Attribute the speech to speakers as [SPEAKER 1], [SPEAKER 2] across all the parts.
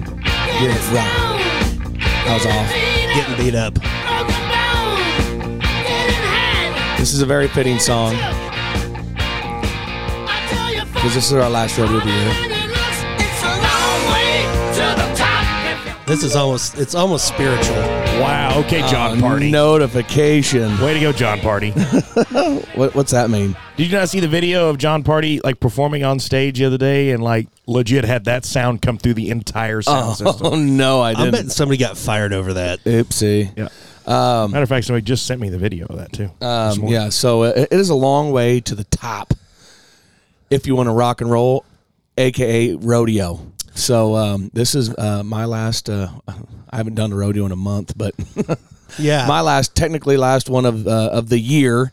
[SPEAKER 1] Yeah, right. I was off.
[SPEAKER 2] Getting beat up.
[SPEAKER 1] This is a very fitting song because this is our last road review.
[SPEAKER 2] This is almost it's almost spiritual.
[SPEAKER 3] Wow. Okay,
[SPEAKER 1] Uh,
[SPEAKER 3] John Party.
[SPEAKER 1] Notification.
[SPEAKER 3] Way to go, John Party.
[SPEAKER 1] What, what's that mean?
[SPEAKER 3] Did you not see the video of John Party like performing on stage the other day and like legit had that sound come through the entire sound system?
[SPEAKER 1] Oh no, I
[SPEAKER 2] I'm
[SPEAKER 1] didn't.
[SPEAKER 2] betting somebody got fired over that.
[SPEAKER 1] Oopsie. Um,
[SPEAKER 3] Yeah. Matter of fact, somebody just sent me the video of that too. this
[SPEAKER 1] Um,
[SPEAKER 3] morning.
[SPEAKER 1] yeah, so it, it is a long way to the top if you want to rock and roll, aka rodeo. So um, this is uh, my last. Uh, I haven't done a rodeo in a month, but
[SPEAKER 2] Yeah.
[SPEAKER 1] my last, technically last one of uh, of the year,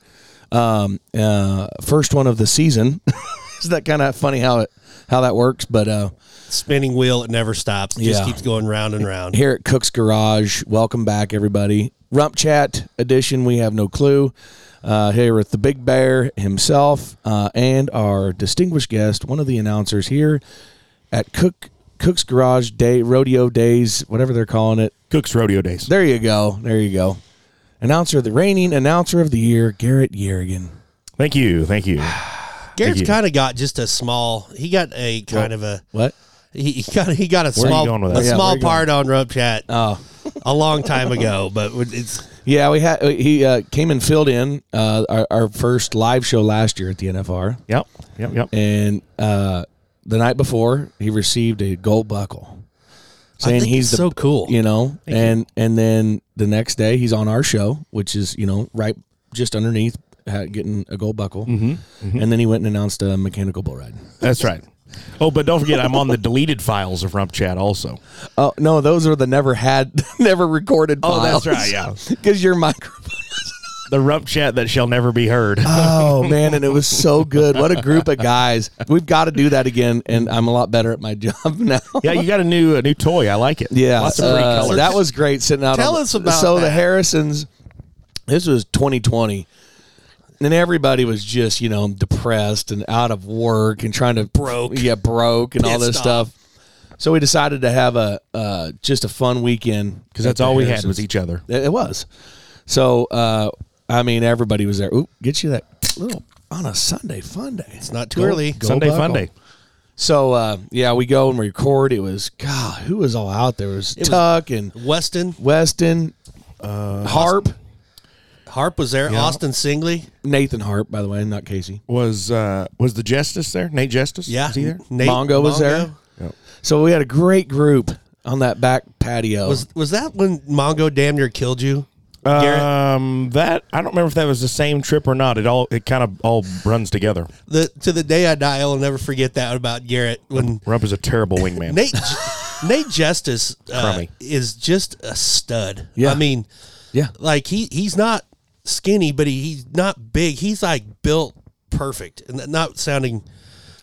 [SPEAKER 1] um, uh, first one of the season. Isn't that kind of funny how it how that works? But uh,
[SPEAKER 2] spinning wheel, it never stops. It just
[SPEAKER 1] Yeah.
[SPEAKER 2] keeps going round and round.
[SPEAKER 1] here at Cook's Garage. Welcome back, everybody. Rump Chat edition. We have no clue. Uh, here with the Big Bear himself uh, and our distinguished guest, one of the announcers here at Cook Cook's Garage Day Rodeo Days, whatever they're calling it.
[SPEAKER 3] Cook's Rodeo Days.
[SPEAKER 1] There you go. There you go. Announcer of the reigning announcer of the year, Garrett Yerrigan.
[SPEAKER 3] Thank you. Thank you.
[SPEAKER 2] Garrett's
[SPEAKER 3] you.
[SPEAKER 2] kind of got just a small. He got a kind of a.
[SPEAKER 1] What?
[SPEAKER 2] He, he got he got a
[SPEAKER 3] are you
[SPEAKER 2] small
[SPEAKER 3] going with
[SPEAKER 2] a
[SPEAKER 3] that?
[SPEAKER 1] Yeah, where
[SPEAKER 2] small
[SPEAKER 1] you going?
[SPEAKER 2] part on Rope Chat
[SPEAKER 1] Oh,
[SPEAKER 2] a long time ago, but it's
[SPEAKER 1] yeah. We had he uh, came and filled in uh, our, our first live show last year at the NFR.
[SPEAKER 3] Yep. Yep. Yep.
[SPEAKER 1] and uh, the night before he received a gold buckle saying
[SPEAKER 2] think
[SPEAKER 1] he's
[SPEAKER 2] it's
[SPEAKER 1] the,
[SPEAKER 2] so cool.
[SPEAKER 1] you know and and then the next day he's on our show which is you know right just underneath ha getting a gold buckle and then he went and announced a mechanical bull ride
[SPEAKER 3] That's right. Oh, but don't forget, I'm on the deleted files of Rump Chat also.
[SPEAKER 1] oh no those are the never had never recorded
[SPEAKER 3] Oh, that's
[SPEAKER 1] files.
[SPEAKER 3] right, yeah.
[SPEAKER 1] because your microphone
[SPEAKER 3] The Rump Chat that shall never be heard.
[SPEAKER 1] oh man and it was so good what a group of guys we've got to do that again and i'm a lot better at my job now
[SPEAKER 3] yeah, you got a new a new toy. I like it.
[SPEAKER 1] Yeah,
[SPEAKER 3] Lots of pretty
[SPEAKER 1] uh,
[SPEAKER 3] colors.
[SPEAKER 1] That was great sitting out.
[SPEAKER 2] Tell
[SPEAKER 1] on,
[SPEAKER 2] us about
[SPEAKER 1] so the
[SPEAKER 2] that.
[SPEAKER 1] Harrisons. This was 2020, and everybody was just you know depressed and out of work and trying to
[SPEAKER 2] Broke.
[SPEAKER 1] yeah, broke and all
[SPEAKER 2] Pissed
[SPEAKER 1] this
[SPEAKER 2] off.
[SPEAKER 1] stuff. So we decided to have a uh, just a fun weekend
[SPEAKER 3] because that's all we had was each other.
[SPEAKER 1] It, it was. So uh, I mean, everybody was there. Ooh, get you that little on a Sunday fun day.
[SPEAKER 2] it's not too early.
[SPEAKER 1] go
[SPEAKER 3] Sunday
[SPEAKER 1] Buckle.
[SPEAKER 3] Fun Day.
[SPEAKER 1] So uh, yeah, we go and record. It was God, who was all out there? It was
[SPEAKER 2] was-
[SPEAKER 1] Tuck and
[SPEAKER 2] Weston
[SPEAKER 1] Weston, uh, Harp,
[SPEAKER 2] Harp was there. Austin Singley,
[SPEAKER 1] Nathan Harp, by the way, not Casey.
[SPEAKER 3] Was uh was the Justice there? Nate Justice?
[SPEAKER 2] yeah,
[SPEAKER 3] Was he there?
[SPEAKER 2] Nate
[SPEAKER 1] Mongo was there. So we had a great group on that back patio.
[SPEAKER 2] Was was that when Mongo damn near killed you? Garrett,
[SPEAKER 3] Um, that I don't remember if that was the same trip or not. It all it kind of all runs together.
[SPEAKER 2] the to the day I die, I will never forget that about Garrett when
[SPEAKER 3] Rump is a terrible wingman.
[SPEAKER 2] Nate Nate Justice uh,
[SPEAKER 3] Crummy.
[SPEAKER 2] is just a stud.
[SPEAKER 1] Yeah.
[SPEAKER 2] I mean,
[SPEAKER 1] yeah,
[SPEAKER 2] like he he's not skinny, but he, he's not big. He's like built perfect, and that- not sounding.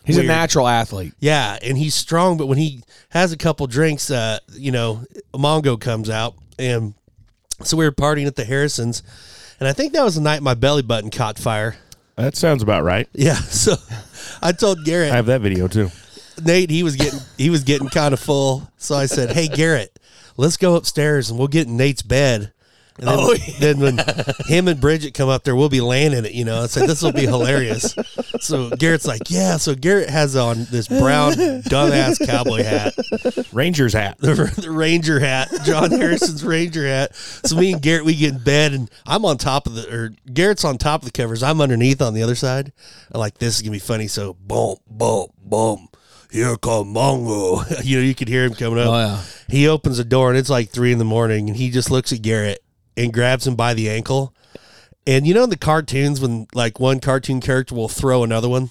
[SPEAKER 1] he's
[SPEAKER 2] weird.
[SPEAKER 1] a natural athlete.
[SPEAKER 2] Yeah, and he's strong, but when he has a couple drinks, uh, you know, Mongo comes out, and so we were partying at the Harrisons, and I think that was the night my belly button caught fire.
[SPEAKER 3] that sounds about right.
[SPEAKER 2] Yeah, so I told Garrett,
[SPEAKER 3] I have that video too.
[SPEAKER 2] Nate, he was getting he was getting kind of full, so I said, "Hey Garrett, let's go upstairs and we'll get in Nate's bed." And then, then when him and Bridget come up there, we'll be laying in it, you know. I said, this will be hilarious. So Garrett's like, yeah. So Garrett has on this brown dumbass cowboy hat,
[SPEAKER 3] Ranger's hat.
[SPEAKER 2] the, the ranger hat, John Harrison's ranger hat. So me and Garrett, we get in bed, and I'm on top of the, or Garrett's on top of the covers. I'm underneath on the other side. I'm like, this is gonna be funny. So boom, boom, boom. Here come Mongo. You know, you could hear him coming up.
[SPEAKER 1] Oh, yeah.
[SPEAKER 2] He opens the door, and it's like three in the morning, and he just looks at Garrett and grabs him by the ankle. And you know, in the cartoons, when like one cartoon character will throw another one,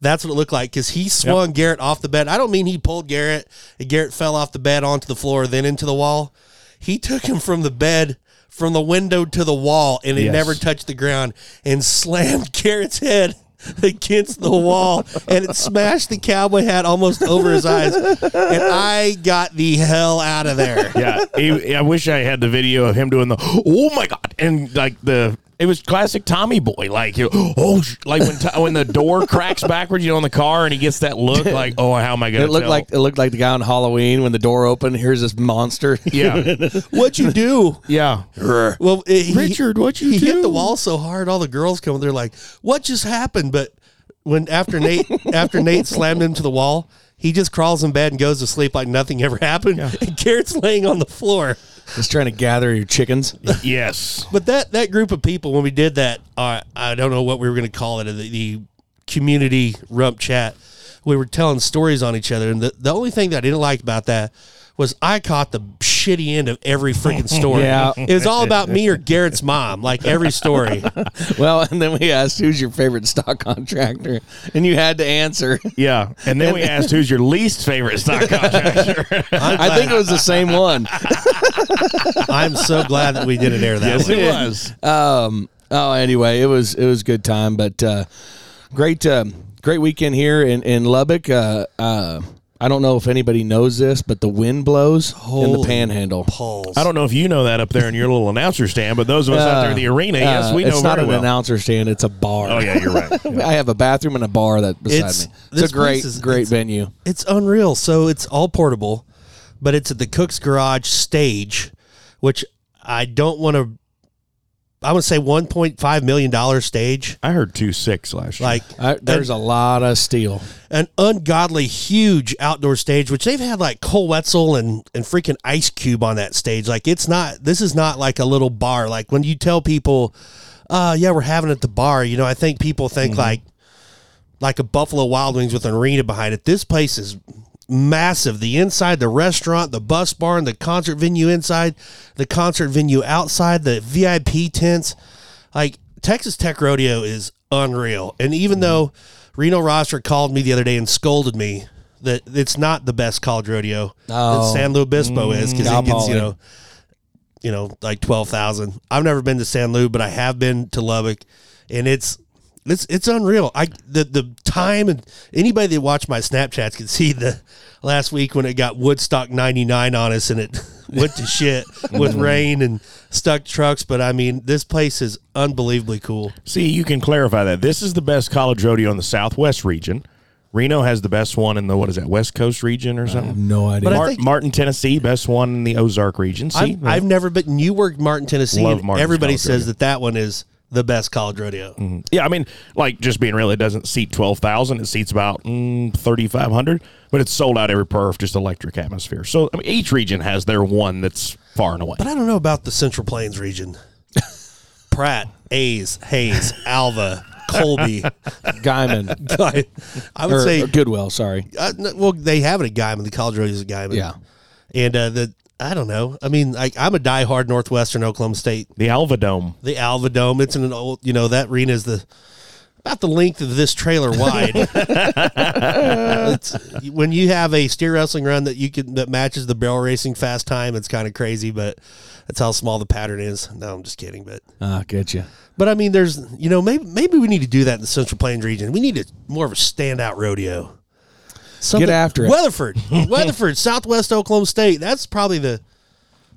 [SPEAKER 2] that's what it looked like because he swung Garrett off the bed. I don't mean he pulled Garrett and Garrett fell off the bed onto the floor, then into the wall. He took him from the bed, from the window to the wall, and it
[SPEAKER 3] Yes.
[SPEAKER 2] never touched the ground and slammed Garrett's head against the wall and it smashed the cowboy hat almost over his eyes. And I got the hell out of there.
[SPEAKER 3] Yeah, he, I wish I had the video of him doing the oh my god and like the It was classic Tommy boy, like you- oh, sh-" like when to- when the door cracks backwards, you know, in the car, and he gets that look, like oh, how am I gonna?
[SPEAKER 1] It looked
[SPEAKER 3] tell?
[SPEAKER 1] like it looked like the guy on Halloween when the door opened. Here's this monster.
[SPEAKER 3] yeah,
[SPEAKER 2] What you do?
[SPEAKER 3] yeah.
[SPEAKER 2] Well, it, he-
[SPEAKER 3] Richard, what you
[SPEAKER 2] he hit
[SPEAKER 3] do?
[SPEAKER 2] the wall so hard, all the girls come. They're like, "What just happened?" But when after Nate after Nate slammed him to the wall, he just crawls in bed and goes to sleep like nothing ever happened. And Garrett's laying on the floor.
[SPEAKER 1] Just trying to gather your chickens.
[SPEAKER 3] Yes,
[SPEAKER 2] But that that group of people when we did that, uh, I don't know what we were going to call it. uh, The, the community rump chat. We were telling stories on each other, and the, the only thing that I didn't like about that was I caught the shitty end of every freaking story.
[SPEAKER 1] Yeah.
[SPEAKER 2] it was all about me or Garrett's mom, like every story.
[SPEAKER 1] Well, and then we asked, "Who's your favorite stock contractor?" And you had to answer.
[SPEAKER 3] yeah. And then we asked, who's your least favorite stock contractor?
[SPEAKER 1] I think it was the same one.
[SPEAKER 2] I'm so glad that we didn't air that. one.
[SPEAKER 3] was.
[SPEAKER 1] Um. Oh, anyway, it was it was good time, but uh, great um great weekend here in in Lubbock. Uh, uh, I don't know if anybody knows this, but the wind blows in the
[SPEAKER 2] Holy
[SPEAKER 1] Panhandle.
[SPEAKER 2] Balls.
[SPEAKER 3] I don't know if you know that up there in your little announcer stand, but those of us out there in the arena, yes,
[SPEAKER 1] Uh,
[SPEAKER 3] we know
[SPEAKER 1] it's not
[SPEAKER 3] very
[SPEAKER 1] an
[SPEAKER 3] well.
[SPEAKER 1] announcer stand; it's a bar.
[SPEAKER 3] oh yeah, you're right.
[SPEAKER 1] I have a bathroom and a bar that beside
[SPEAKER 2] It's-
[SPEAKER 1] me. It's
[SPEAKER 2] this
[SPEAKER 1] a great
[SPEAKER 2] place is-
[SPEAKER 1] great
[SPEAKER 2] it's-
[SPEAKER 1] venue.
[SPEAKER 2] It's unreal. So it's all portable, but it's at the Cook's Garage stage, which I don't want to. I would say 1.5 million dollar stage,
[SPEAKER 3] I heard two six last year.
[SPEAKER 2] like
[SPEAKER 1] I, there's a lot of steel.
[SPEAKER 2] an ungodly huge outdoor stage, which they've had like Cole Wetzel and and freaking Ice Cube on that stage. Like it's not. This is not like a little bar. Like when you tell people, uh, yeah, we're having it at the bar. You know, I think people think like like a Buffalo Wild Wings with an arena behind it. This place is massive. The inside, the restaurant, the bus barn, the concert venue inside, the concert venue outside, the VIP tents. Like Texas Tech Rodeo is unreal. And even though Reno Rosser called me the other day and scolded me that it's not the best college rodeo
[SPEAKER 1] Oh.
[SPEAKER 2] that San Luis Obispo is because
[SPEAKER 1] God,
[SPEAKER 2] it gets, you
[SPEAKER 1] Paulie.
[SPEAKER 2] know, you know, like twelve thousand. I've never been to San Lou, but I have been to Lubbock, and it's it's it's unreal. I the the time and anybody that watched my Snapchats can see the last week when it got Woodstock ninety nine on us and it went to shit with rain and stuck trucks. But I mean, this place is unbelievably cool.
[SPEAKER 3] See, you can clarify that. This is the best college rodeo in the Southwest region. Reno has the best one in the what is that West Coast region or something?
[SPEAKER 1] No idea.
[SPEAKER 2] But I
[SPEAKER 3] Mar-
[SPEAKER 2] think-
[SPEAKER 3] Martin, Tennessee, best one in the Ozark region. See,
[SPEAKER 2] I've, I've never been. You worked Martin, Tennessee.
[SPEAKER 3] Love
[SPEAKER 2] and
[SPEAKER 3] Martin's
[SPEAKER 2] everybody
[SPEAKER 3] college
[SPEAKER 2] says
[SPEAKER 3] rodeo.
[SPEAKER 2] that that one is the best college rodeo.
[SPEAKER 3] yeah, I mean, like just being real, it doesn't seat twelve thousand; it seats about mm, thirty five hundred, but it's sold out every perf, just electric atmosphere. So I mean, each region has their one that's far and away.
[SPEAKER 2] But I don't know about the Central Plains region. Pratt, A's, Hayes, Alva, Colby.
[SPEAKER 1] Guyman
[SPEAKER 2] I would
[SPEAKER 1] or,
[SPEAKER 2] say,
[SPEAKER 1] or Goodwell. Sorry.
[SPEAKER 2] uh, no, well, they have it at Guyman. The college rodeo is at Guyman.
[SPEAKER 1] Yeah.
[SPEAKER 2] And uh, the, I don't know. I mean, I, I'm a diehard Northwestern Oklahoma State.
[SPEAKER 3] the Alva Dome.
[SPEAKER 2] The Alva Dome, it's in an old, you know, that arena is the about the length of this trailer wide. It's- when you have a steer wrestling run that you can that matches the barrel racing fast time, it's kind of crazy, but that's how small the pattern is. No, I'm just kidding, but
[SPEAKER 1] Ah, get you.
[SPEAKER 2] but I mean, there's you know maybe maybe we need to do that in the Central Plains region. We need a more of a standout rodeo. Something-
[SPEAKER 1] Get after it.
[SPEAKER 2] Weatherford, Weatherford, Southwest Oklahoma State. That's probably the,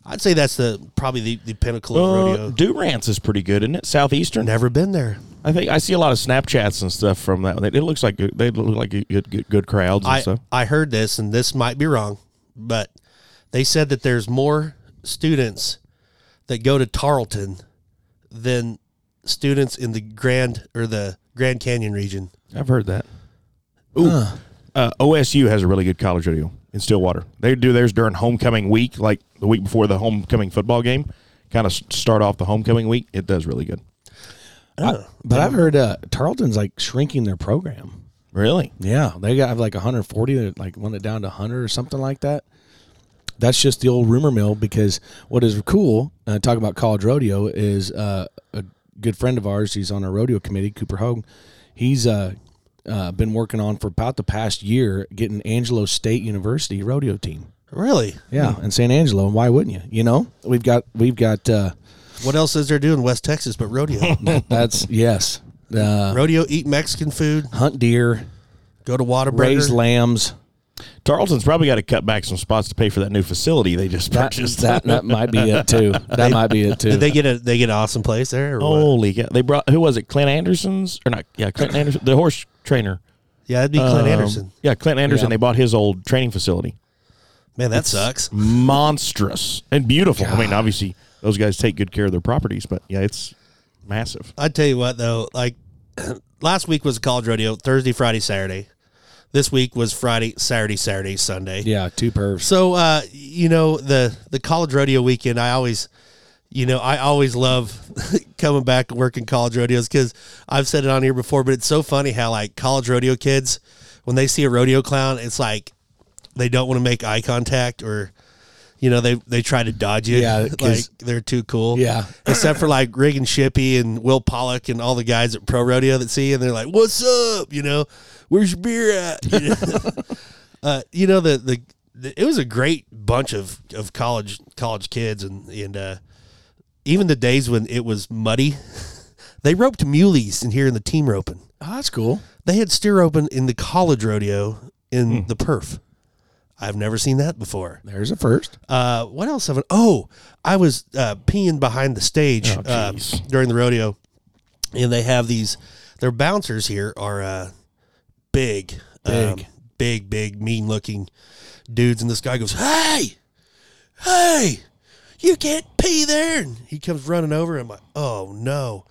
[SPEAKER 2] I'd say that's the probably the, the pinnacle of
[SPEAKER 3] Uh,
[SPEAKER 2] rodeo.
[SPEAKER 3] Durance is pretty good, isn't it? Southeastern.
[SPEAKER 2] Never been there.
[SPEAKER 3] I think I see a lot of Snapchats and stuff from that. It looks like good- they look like good, good, good crowds and
[SPEAKER 2] I
[SPEAKER 3] stuff.
[SPEAKER 2] I heard this, and this might be wrong, but they said that there's more students that go to Tarleton than students in the Grand or the Grand Canyon region.
[SPEAKER 3] I've heard that. Ooh, uh, OSU has a really good college rodeo in Stillwater. They do theirs during homecoming week, like the week before the homecoming football game. Kind of start off the homecoming week. It does really good.
[SPEAKER 1] But I've heard uh, Tarleton's like shrinking their program.
[SPEAKER 3] Really?
[SPEAKER 1] Yeah, they got have like 140. They like went it down to 100 or something like that. That's just the old rumor mill. Because what is cool, uh, talk about college rodeo is uh, a good friend of ours. He's on our rodeo committee, Cooper Hogue. He's uh, uh, been working on for about the past year getting Angelo State University rodeo team.
[SPEAKER 2] Really?
[SPEAKER 1] Yeah, in San Angelo, and why wouldn't you? You know, we've got we've got uh,
[SPEAKER 2] What else is there doing in West Texas but rodeo?
[SPEAKER 1] that's yes, uh,
[SPEAKER 2] rodeo, eat Mexican food,
[SPEAKER 1] hunt deer,
[SPEAKER 2] go to Whataburger.
[SPEAKER 1] raise lambs.
[SPEAKER 3] Tarleton's probably got to cut back some spots to pay for that new facility they just
[SPEAKER 1] That,
[SPEAKER 3] purchased.
[SPEAKER 1] that that might be it too. That might be it too.
[SPEAKER 2] Did they get a they get an awesome place there? Or what?
[SPEAKER 3] Holy cow! They brought who was it? Clint Anderson's or not? Yeah, Clint Anderson, the horse trainer.
[SPEAKER 2] Yeah, that'd be Clint
[SPEAKER 3] Um,
[SPEAKER 2] Anderson.
[SPEAKER 3] Yeah, Clint Anderson.
[SPEAKER 1] Yeah.
[SPEAKER 3] They bought his old training facility.
[SPEAKER 2] Man, that sucks.
[SPEAKER 3] Monstrous and beautiful. I mean, obviously those guys take good care of their properties, but yeah, it's massive.
[SPEAKER 2] I tell you what though, like last week was a college rodeo Thursday, Friday, Saturday. This week was Friday, Saturday, Saturday, Sunday.
[SPEAKER 1] yeah, two perfs.
[SPEAKER 2] So uh, you know the the college rodeo weekend. I always, you know, I always love coming back and working college rodeos because I've said it on here before, but it's so funny how like college rodeo kids when they see a rodeo clown, it's like they don't want to make eye contact or. You know they they try to dodge you,
[SPEAKER 1] Yeah,
[SPEAKER 2] like
[SPEAKER 1] 'cause-
[SPEAKER 2] they're too cool.
[SPEAKER 1] Yeah.
[SPEAKER 2] except for like Rig and Shippy and Will Pollock and all the guys at Pro Rodeo that see, you, and they're like, "What's up?" You know, "Where's your beer at?" You know? uh, you know the, the the it was a great bunch of of college college kids and and uh, even the days when it was muddy, they roped muleys in here in the team roping.
[SPEAKER 1] Oh, that's cool.
[SPEAKER 2] They had steer roping in the college rodeo in the perf. I've never seen that before.
[SPEAKER 1] There's a first.
[SPEAKER 2] Uh, what else have I? Oh, I was uh, peeing behind the stage uh,
[SPEAKER 3] jeez.
[SPEAKER 2] during the rodeo, and they have these. Their bouncers here are uh, big, big, big, big, mean-looking dudes, and this guy goes, "Hey, hey, you can't pee there!" And he comes running over. And I'm like, "Oh no!"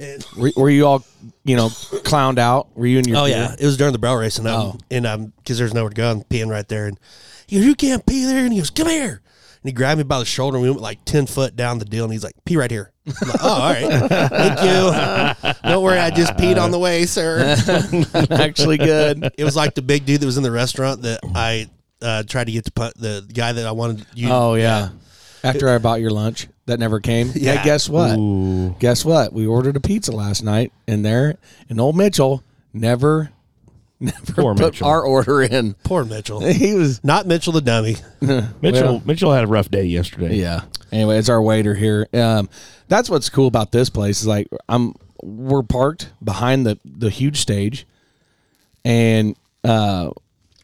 [SPEAKER 2] And
[SPEAKER 1] Were, were you all, you know, clowned out? Were you in your?
[SPEAKER 2] Oh yeah, it was during the barrel race, and I'm
[SPEAKER 1] Oh.
[SPEAKER 2] and I'm because there's nowhere to go. I'm peeing right there, and he goes, "You can't pee there," and he goes, "Come here," and he grabbed me by the shoulder, and we went like ten foot down the deal, and he's like, "Pee right here." I'm like, oh, all right, thank you. Don't worry, I just peed on the way, sir.
[SPEAKER 1] actually good.
[SPEAKER 2] It was like the big dude that was in the restaurant that I uh, tried to get to punt the guy that I wanted you.
[SPEAKER 1] Oh yeah. After I bought your lunch, that never came. Yeah.
[SPEAKER 2] Yeah.
[SPEAKER 1] guess what? Guess what? We ordered a pizza last night, and there, and old Mitchell never, never
[SPEAKER 3] Poor
[SPEAKER 1] put
[SPEAKER 3] Mitchell.
[SPEAKER 1] our order in.
[SPEAKER 2] Poor Mitchell,
[SPEAKER 1] He was.
[SPEAKER 2] not Mitchell the dummy.
[SPEAKER 3] Mitchell
[SPEAKER 1] Well-
[SPEAKER 3] Mitchell had a rough day yesterday.
[SPEAKER 1] Yeah. Anyway, it's our waiter here. Um, that's what's cool about this place is like I'm we're parked behind the the huge stage, and uh,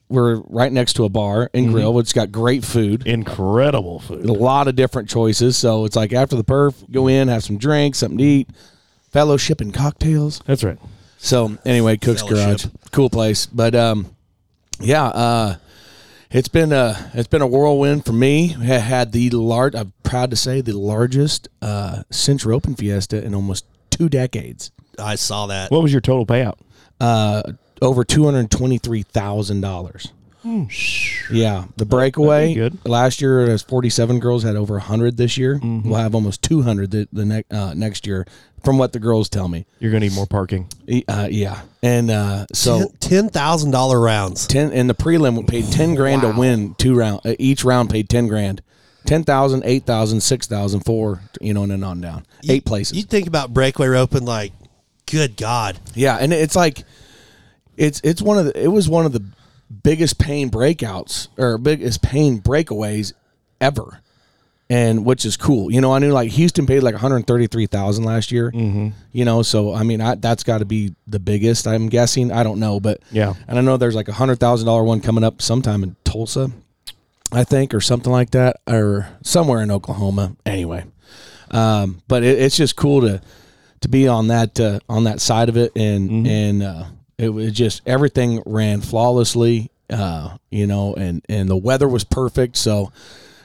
[SPEAKER 1] we're right next to a bar and grill, which has got great food.
[SPEAKER 3] Incredible
[SPEAKER 1] a
[SPEAKER 3] food.
[SPEAKER 1] lot of different choices. So it's like after the perf, go in, have some drinks, something to eat, fellowship and cocktails.
[SPEAKER 3] That's right.
[SPEAKER 1] So anyway, Cook's
[SPEAKER 2] Fellowship.
[SPEAKER 1] Garage, cool place. But um, yeah, uh, it's been a it's been a whirlwind for me. I had the large, I'm proud to say, the largest uh, Central Open Fiesta in almost two decades.
[SPEAKER 2] I saw that.
[SPEAKER 3] What was your total payout?
[SPEAKER 1] Uh, over two hundred twenty three thousand dollars. Yeah, the breakaway
[SPEAKER 3] Hmm. That'd be
[SPEAKER 1] last year it was forty seven girls had over hundred. This year
[SPEAKER 3] Mm-hmm.
[SPEAKER 1] we'll have almost two hundred the, the next uh, next year, from what the girls tell me.
[SPEAKER 3] You're gonna need more parking.
[SPEAKER 1] E- Uh, yeah, and uh, so
[SPEAKER 2] ten thousand dollar rounds.
[SPEAKER 1] ten and the prelim we paid ten grand to win two round uh, each round paid ten grand. 10,000, 8,000, 6,000, four, you know, and then on down. Eight places.
[SPEAKER 2] You think about breakaway roping, like, good God.
[SPEAKER 1] yeah, and it's like it's it's one of the it was one of the biggest pain breakouts or biggest pain breakaways ever. And which is cool. You know, I knew like Houston paid like 133,000 last year. Mm-hmm. You know, so I mean, I, that's got to be the biggest, I'm guessing. I don't know, but
[SPEAKER 3] Yeah.
[SPEAKER 1] And I know there's like a $100,000 one coming up sometime in Tulsa. I think, or something like that, or somewhere in Oklahoma. Anyway, um, but it, it's just cool to to be on that uh, on that side of it, and
[SPEAKER 2] Mm-hmm.
[SPEAKER 1] and uh, it was just everything ran flawlessly, uh, you know, and and the weather was perfect, so.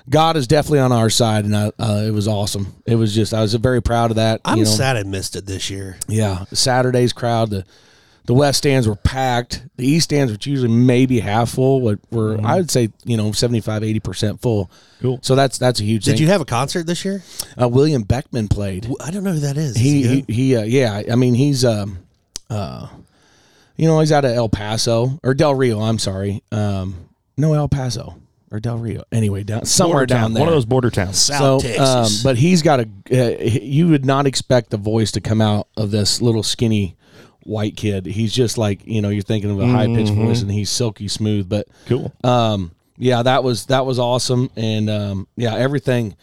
[SPEAKER 1] God is definitely on our side, and I, uh, it was awesome. It was just I was very proud of that.
[SPEAKER 2] I'm
[SPEAKER 1] you know.
[SPEAKER 2] sad I missed it this year.
[SPEAKER 1] Yeah, Saturday's crowd, the the west stands were packed. The east stands, which usually maybe half full, were, were
[SPEAKER 2] Mm-hmm.
[SPEAKER 1] I would say you know 75, 80 percent full.
[SPEAKER 3] Cool.
[SPEAKER 1] So that's that's a huge
[SPEAKER 2] Did
[SPEAKER 1] thing.
[SPEAKER 2] you have a concert this year?
[SPEAKER 1] uh, William Beckman played.
[SPEAKER 2] W- I don't know who that is. Is
[SPEAKER 1] he
[SPEAKER 2] good?
[SPEAKER 1] he, he uh, yeah. I mean he's um uh, you know he's out of El Paso or Del Rio. I'm sorry. Um, no El Paso or Del Rio. Anyway, down somewhere
[SPEAKER 3] Border
[SPEAKER 1] down
[SPEAKER 3] town.
[SPEAKER 1] there. um,
[SPEAKER 3] One of those border towns.
[SPEAKER 2] South Texas.
[SPEAKER 1] but he's got a. Uh, you would not expect the voice to come out of this little skinny white kid. He's just like you know you're thinking of a high pitched voice, and he's silky smooth. But
[SPEAKER 3] Cool.
[SPEAKER 1] um, yeah, that was that was awesome, and um, yeah, everything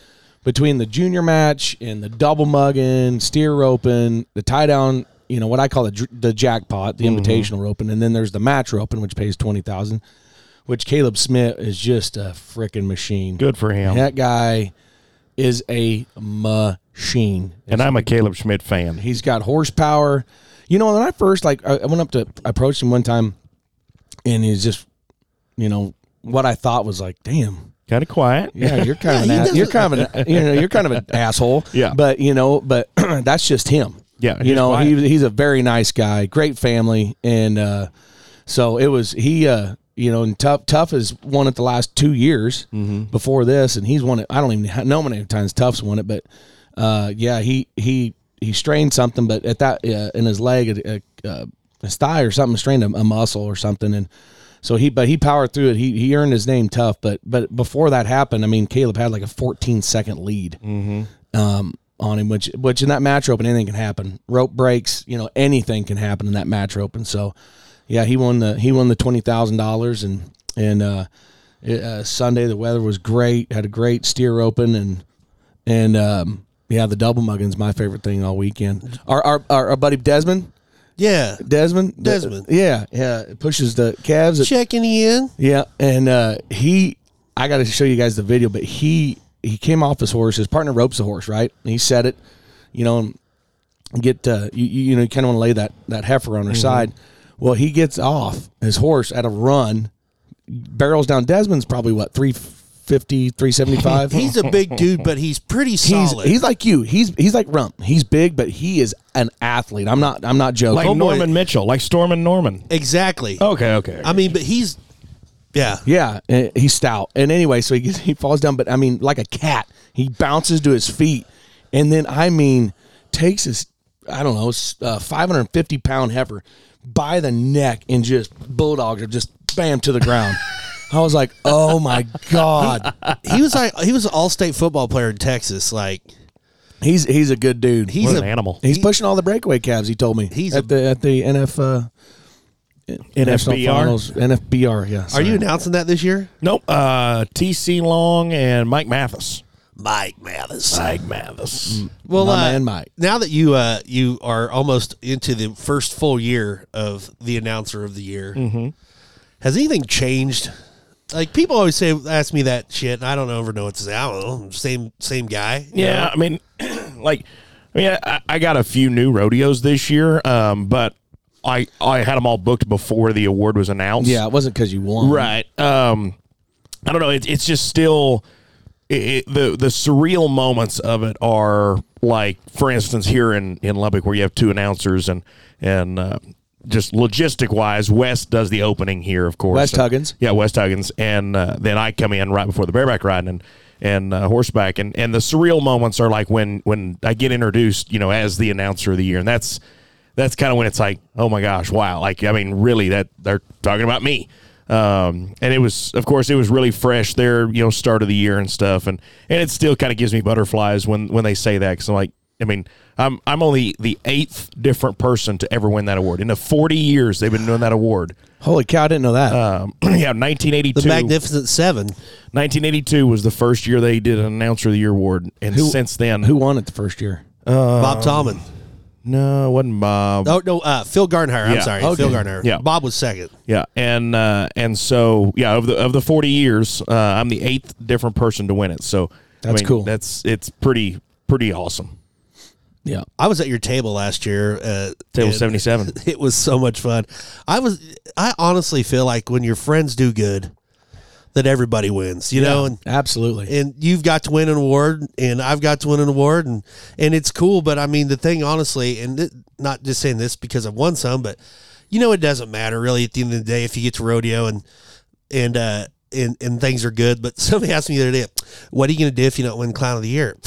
[SPEAKER 1] between the junior match and the double mugging, steer roping, the tie down. You
[SPEAKER 3] Mm-hmm.
[SPEAKER 1] know what I call the dr- the jackpot, the invitational roping, and then there's the match roping, which pays twenty thousand. which Caleb Smith is just a freaking machine.
[SPEAKER 3] Good for him.
[SPEAKER 1] That guy is a machine.
[SPEAKER 3] And I'm a Caleb Schmidt fan.
[SPEAKER 1] He's got horsepower. You know, when I first like I I went up to I approached him one time, and he's just, you know, what I thought was like, damn,
[SPEAKER 3] Kind of quiet.
[SPEAKER 1] yeah, you're kind of an
[SPEAKER 2] he
[SPEAKER 1] ass,
[SPEAKER 2] doesn't-
[SPEAKER 1] you're kind of an you know you're kind of an asshole.
[SPEAKER 3] Yeah.
[SPEAKER 1] but you know, but that's just him.
[SPEAKER 3] Yeah,
[SPEAKER 1] you
[SPEAKER 3] he's
[SPEAKER 1] know,
[SPEAKER 3] quiet.
[SPEAKER 1] he, he's a very nice guy, great family, and uh, so it was he. Uh, you know, and tough tough has won it the last two years
[SPEAKER 3] Mm-hmm.
[SPEAKER 1] before this, and he's won it. I don't even know how many times Tough's won it, but uh, yeah, he he he strained something, but at that uh, in his leg, uh, uh, his thigh or something strained a, a muscle or something, and so he but he powered through it. He he earned his name tough, but but before that happened, I mean, Caleb had like a 14 second lead um, on him, which which in that match open anything can happen. Rope breaks, you know, anything can happen in that match open. So, yeah, he won the he won the twenty thousand dollars and and uh, it, uh, Sunday the weather was great. Had a great steer open and and um, yeah, the double muggin's my favorite thing all weekend. Our our our, our buddy Desmond.
[SPEAKER 2] Yeah.
[SPEAKER 1] Desmond, the-
[SPEAKER 2] Desmond.
[SPEAKER 1] yeah, yeah, pushes the calves. at-
[SPEAKER 2] Checking in.
[SPEAKER 1] yeah, and uh, he, I got to show you guys the video, but he he came off his horse. His partner ropes the horse, right? And he set it, you know, and get uh, you you you know you kind of want to lay that that heifer on her side. Well, he gets off his horse at a run, barrels down. Desmond's probably what 350, 375?
[SPEAKER 2] He's a big dude, but he's pretty
[SPEAKER 1] He's,
[SPEAKER 2] solid.
[SPEAKER 1] he's like you. He's he's like Rump. He's big, but he is an athlete. I'm not I'm not joking.
[SPEAKER 3] Like Norman Mitchell, like Stormin Norman.
[SPEAKER 2] exactly.
[SPEAKER 3] Okay, okay.
[SPEAKER 2] I mean, but he's yeah.
[SPEAKER 1] Oh. Yeah, and he's stout. And anyway, so he gets, he falls down, but I mean, like a cat, he bounces to his feet, and then I mean, takes his I don't know, s- uh, five hundred fifty pound heifer by the neck and just bulldogs her, just bam to the ground. I was like, oh my god,
[SPEAKER 2] He was like he was an all-state football player in Texas. Like
[SPEAKER 1] he's he's a good dude.
[SPEAKER 2] he's
[SPEAKER 3] What
[SPEAKER 2] a
[SPEAKER 3] an animal.
[SPEAKER 1] he's pushing all the breakaway calves. He told me
[SPEAKER 2] He's
[SPEAKER 1] at
[SPEAKER 2] a-
[SPEAKER 1] the at the NF. Uh, National
[SPEAKER 3] NFBR?
[SPEAKER 1] Finals- NFBR, yeah.
[SPEAKER 2] Are
[SPEAKER 1] sorry.
[SPEAKER 2] you announcing that this year?
[SPEAKER 3] Nope. Uh, TC Long and Mike Mathis.
[SPEAKER 2] Mike Mathis.
[SPEAKER 3] Mike Mathis.
[SPEAKER 2] Well,
[SPEAKER 1] My
[SPEAKER 2] uh,
[SPEAKER 1] man Mike.
[SPEAKER 2] Now that you uh, you are almost into the first full year of the announcer of the year,
[SPEAKER 3] Mm-hmm.
[SPEAKER 2] has anything changed? Like people always say, ask me that shit, and I don't ever know what to say. I don't know. Same same guy. you
[SPEAKER 3] Yeah,
[SPEAKER 2] know?
[SPEAKER 3] I mean, like, I mean, I, I got a few new rodeos this year, um, but I I had them all booked before the award was announced.
[SPEAKER 1] Yeah, it wasn't because you won.
[SPEAKER 3] right. Um, I don't know. It, it's just still it, it, the the surreal moments of it are like, for instance, here in in Lubbock where you have two announcers and and. Uh, just logistic wise, West does the opening here, of course.
[SPEAKER 1] Wes Huggins.
[SPEAKER 3] Yeah, West Huggins, and uh, then I come in right before the bareback riding and and uh, horseback, and and the surreal moments are like when when I get introduced, you know, as the announcer of the year, and that's that's kind of when it's like, oh my gosh, wow, like I mean, really, that they're talking about me. Um, and it was, of course, it was really fresh there, you know, start of the year and stuff, and and it still kind of gives me butterflies when when they say that because I'm like, I mean, I'm I'm only the eighth different person to ever win that award in the 40 years they've been doing that award.
[SPEAKER 1] Holy cow, I didn't know that.
[SPEAKER 2] Uh,
[SPEAKER 3] Um, yeah, 1982.
[SPEAKER 2] the Magnificent Seven.
[SPEAKER 3] 1982 was the first year they did an announcer of the year award, and since then,
[SPEAKER 1] Who won it the first year?
[SPEAKER 3] Um,
[SPEAKER 2] Bob Tallman.
[SPEAKER 3] No, it wasn't Bob.
[SPEAKER 2] Oh no, uh, Phil Garnhire. I'm
[SPEAKER 3] yeah,
[SPEAKER 2] sorry,
[SPEAKER 3] okay.
[SPEAKER 2] Phil Garnhire.
[SPEAKER 3] Yeah.
[SPEAKER 2] Bob was second.
[SPEAKER 3] Yeah, and uh, and so yeah, of the of the 40 years, uh, I'm the eighth different person to win it. So I
[SPEAKER 1] That's
[SPEAKER 3] mean,
[SPEAKER 1] cool.
[SPEAKER 3] That's it's pretty pretty awesome.
[SPEAKER 1] Yeah.
[SPEAKER 2] I was at your table last year. Uh,
[SPEAKER 3] Table
[SPEAKER 2] and
[SPEAKER 3] 77.
[SPEAKER 2] It was so much fun. I was. I honestly feel like when your friends do good, that everybody wins. You know, and
[SPEAKER 1] Absolutely.
[SPEAKER 2] and you've got to win an award and I've got to win an award and and it's cool but I mean the thing honestly and th- not just saying this because I've won some but you know it doesn't matter really at the end of the day if you get to rodeo and and uh and, and things are good but somebody asked me the other day what are you going to do if you don't win clown of the year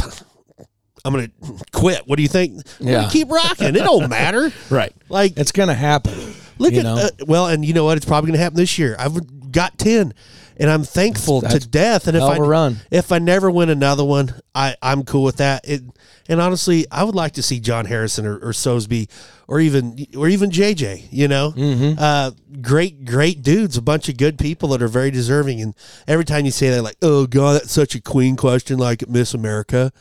[SPEAKER 2] I'm going to quit what do you think I'm gonna
[SPEAKER 1] Yeah.
[SPEAKER 2] keep rocking it don't matter
[SPEAKER 3] Right.
[SPEAKER 2] like
[SPEAKER 1] it's going to happen.
[SPEAKER 2] Look
[SPEAKER 1] you
[SPEAKER 2] at
[SPEAKER 1] know?
[SPEAKER 2] uh, well, and you know what? It's probably going to happen this year. I've got ten, and I'm thankful
[SPEAKER 1] That's-
[SPEAKER 2] to death. And if
[SPEAKER 1] hell of
[SPEAKER 2] I
[SPEAKER 1] a run.
[SPEAKER 2] if I never win another one, I I'm cool with that. It, and honestly, I would like to see John Harrison or, or Sosby, or even or even JJ. You know,
[SPEAKER 1] Mm-hmm.
[SPEAKER 2] uh, great great dudes, a bunch of good people that are very deserving. And every time you say that, like, oh god, that's such a queen question, like Miss America.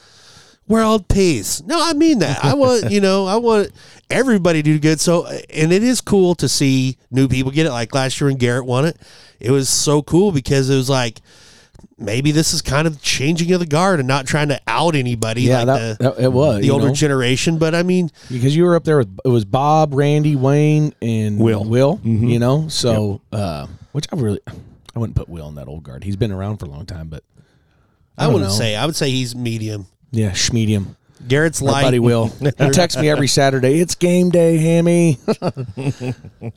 [SPEAKER 2] world peace. No, I mean that. I want, you know, I want everybody to do good. So, and it is cool to see new people get it. Like last year when Garrett won it, it was so cool because it was like, maybe this is kind of changing of the guard and not trying to out anybody
[SPEAKER 1] Yeah,
[SPEAKER 2] like
[SPEAKER 1] that,
[SPEAKER 2] the,
[SPEAKER 1] that- it was
[SPEAKER 2] the
[SPEAKER 1] you
[SPEAKER 2] older
[SPEAKER 1] know,
[SPEAKER 2] generation. But I mean,
[SPEAKER 1] because you were up there with it was Bob, Randy, Wayne, and
[SPEAKER 3] Will.
[SPEAKER 1] Will,
[SPEAKER 2] Mm-hmm.
[SPEAKER 1] you know. So, uh, which I really, I wouldn't put Will in that old guard. He's been around for a long time, but
[SPEAKER 2] I,
[SPEAKER 1] don't
[SPEAKER 2] wouldn't
[SPEAKER 1] know.
[SPEAKER 2] say, I would say he's medium.
[SPEAKER 1] yeah, schmedium.
[SPEAKER 2] Garrett's
[SPEAKER 1] Our
[SPEAKER 2] light.
[SPEAKER 1] buddy Will. He texts me every Saturday. It's game day, Hammy.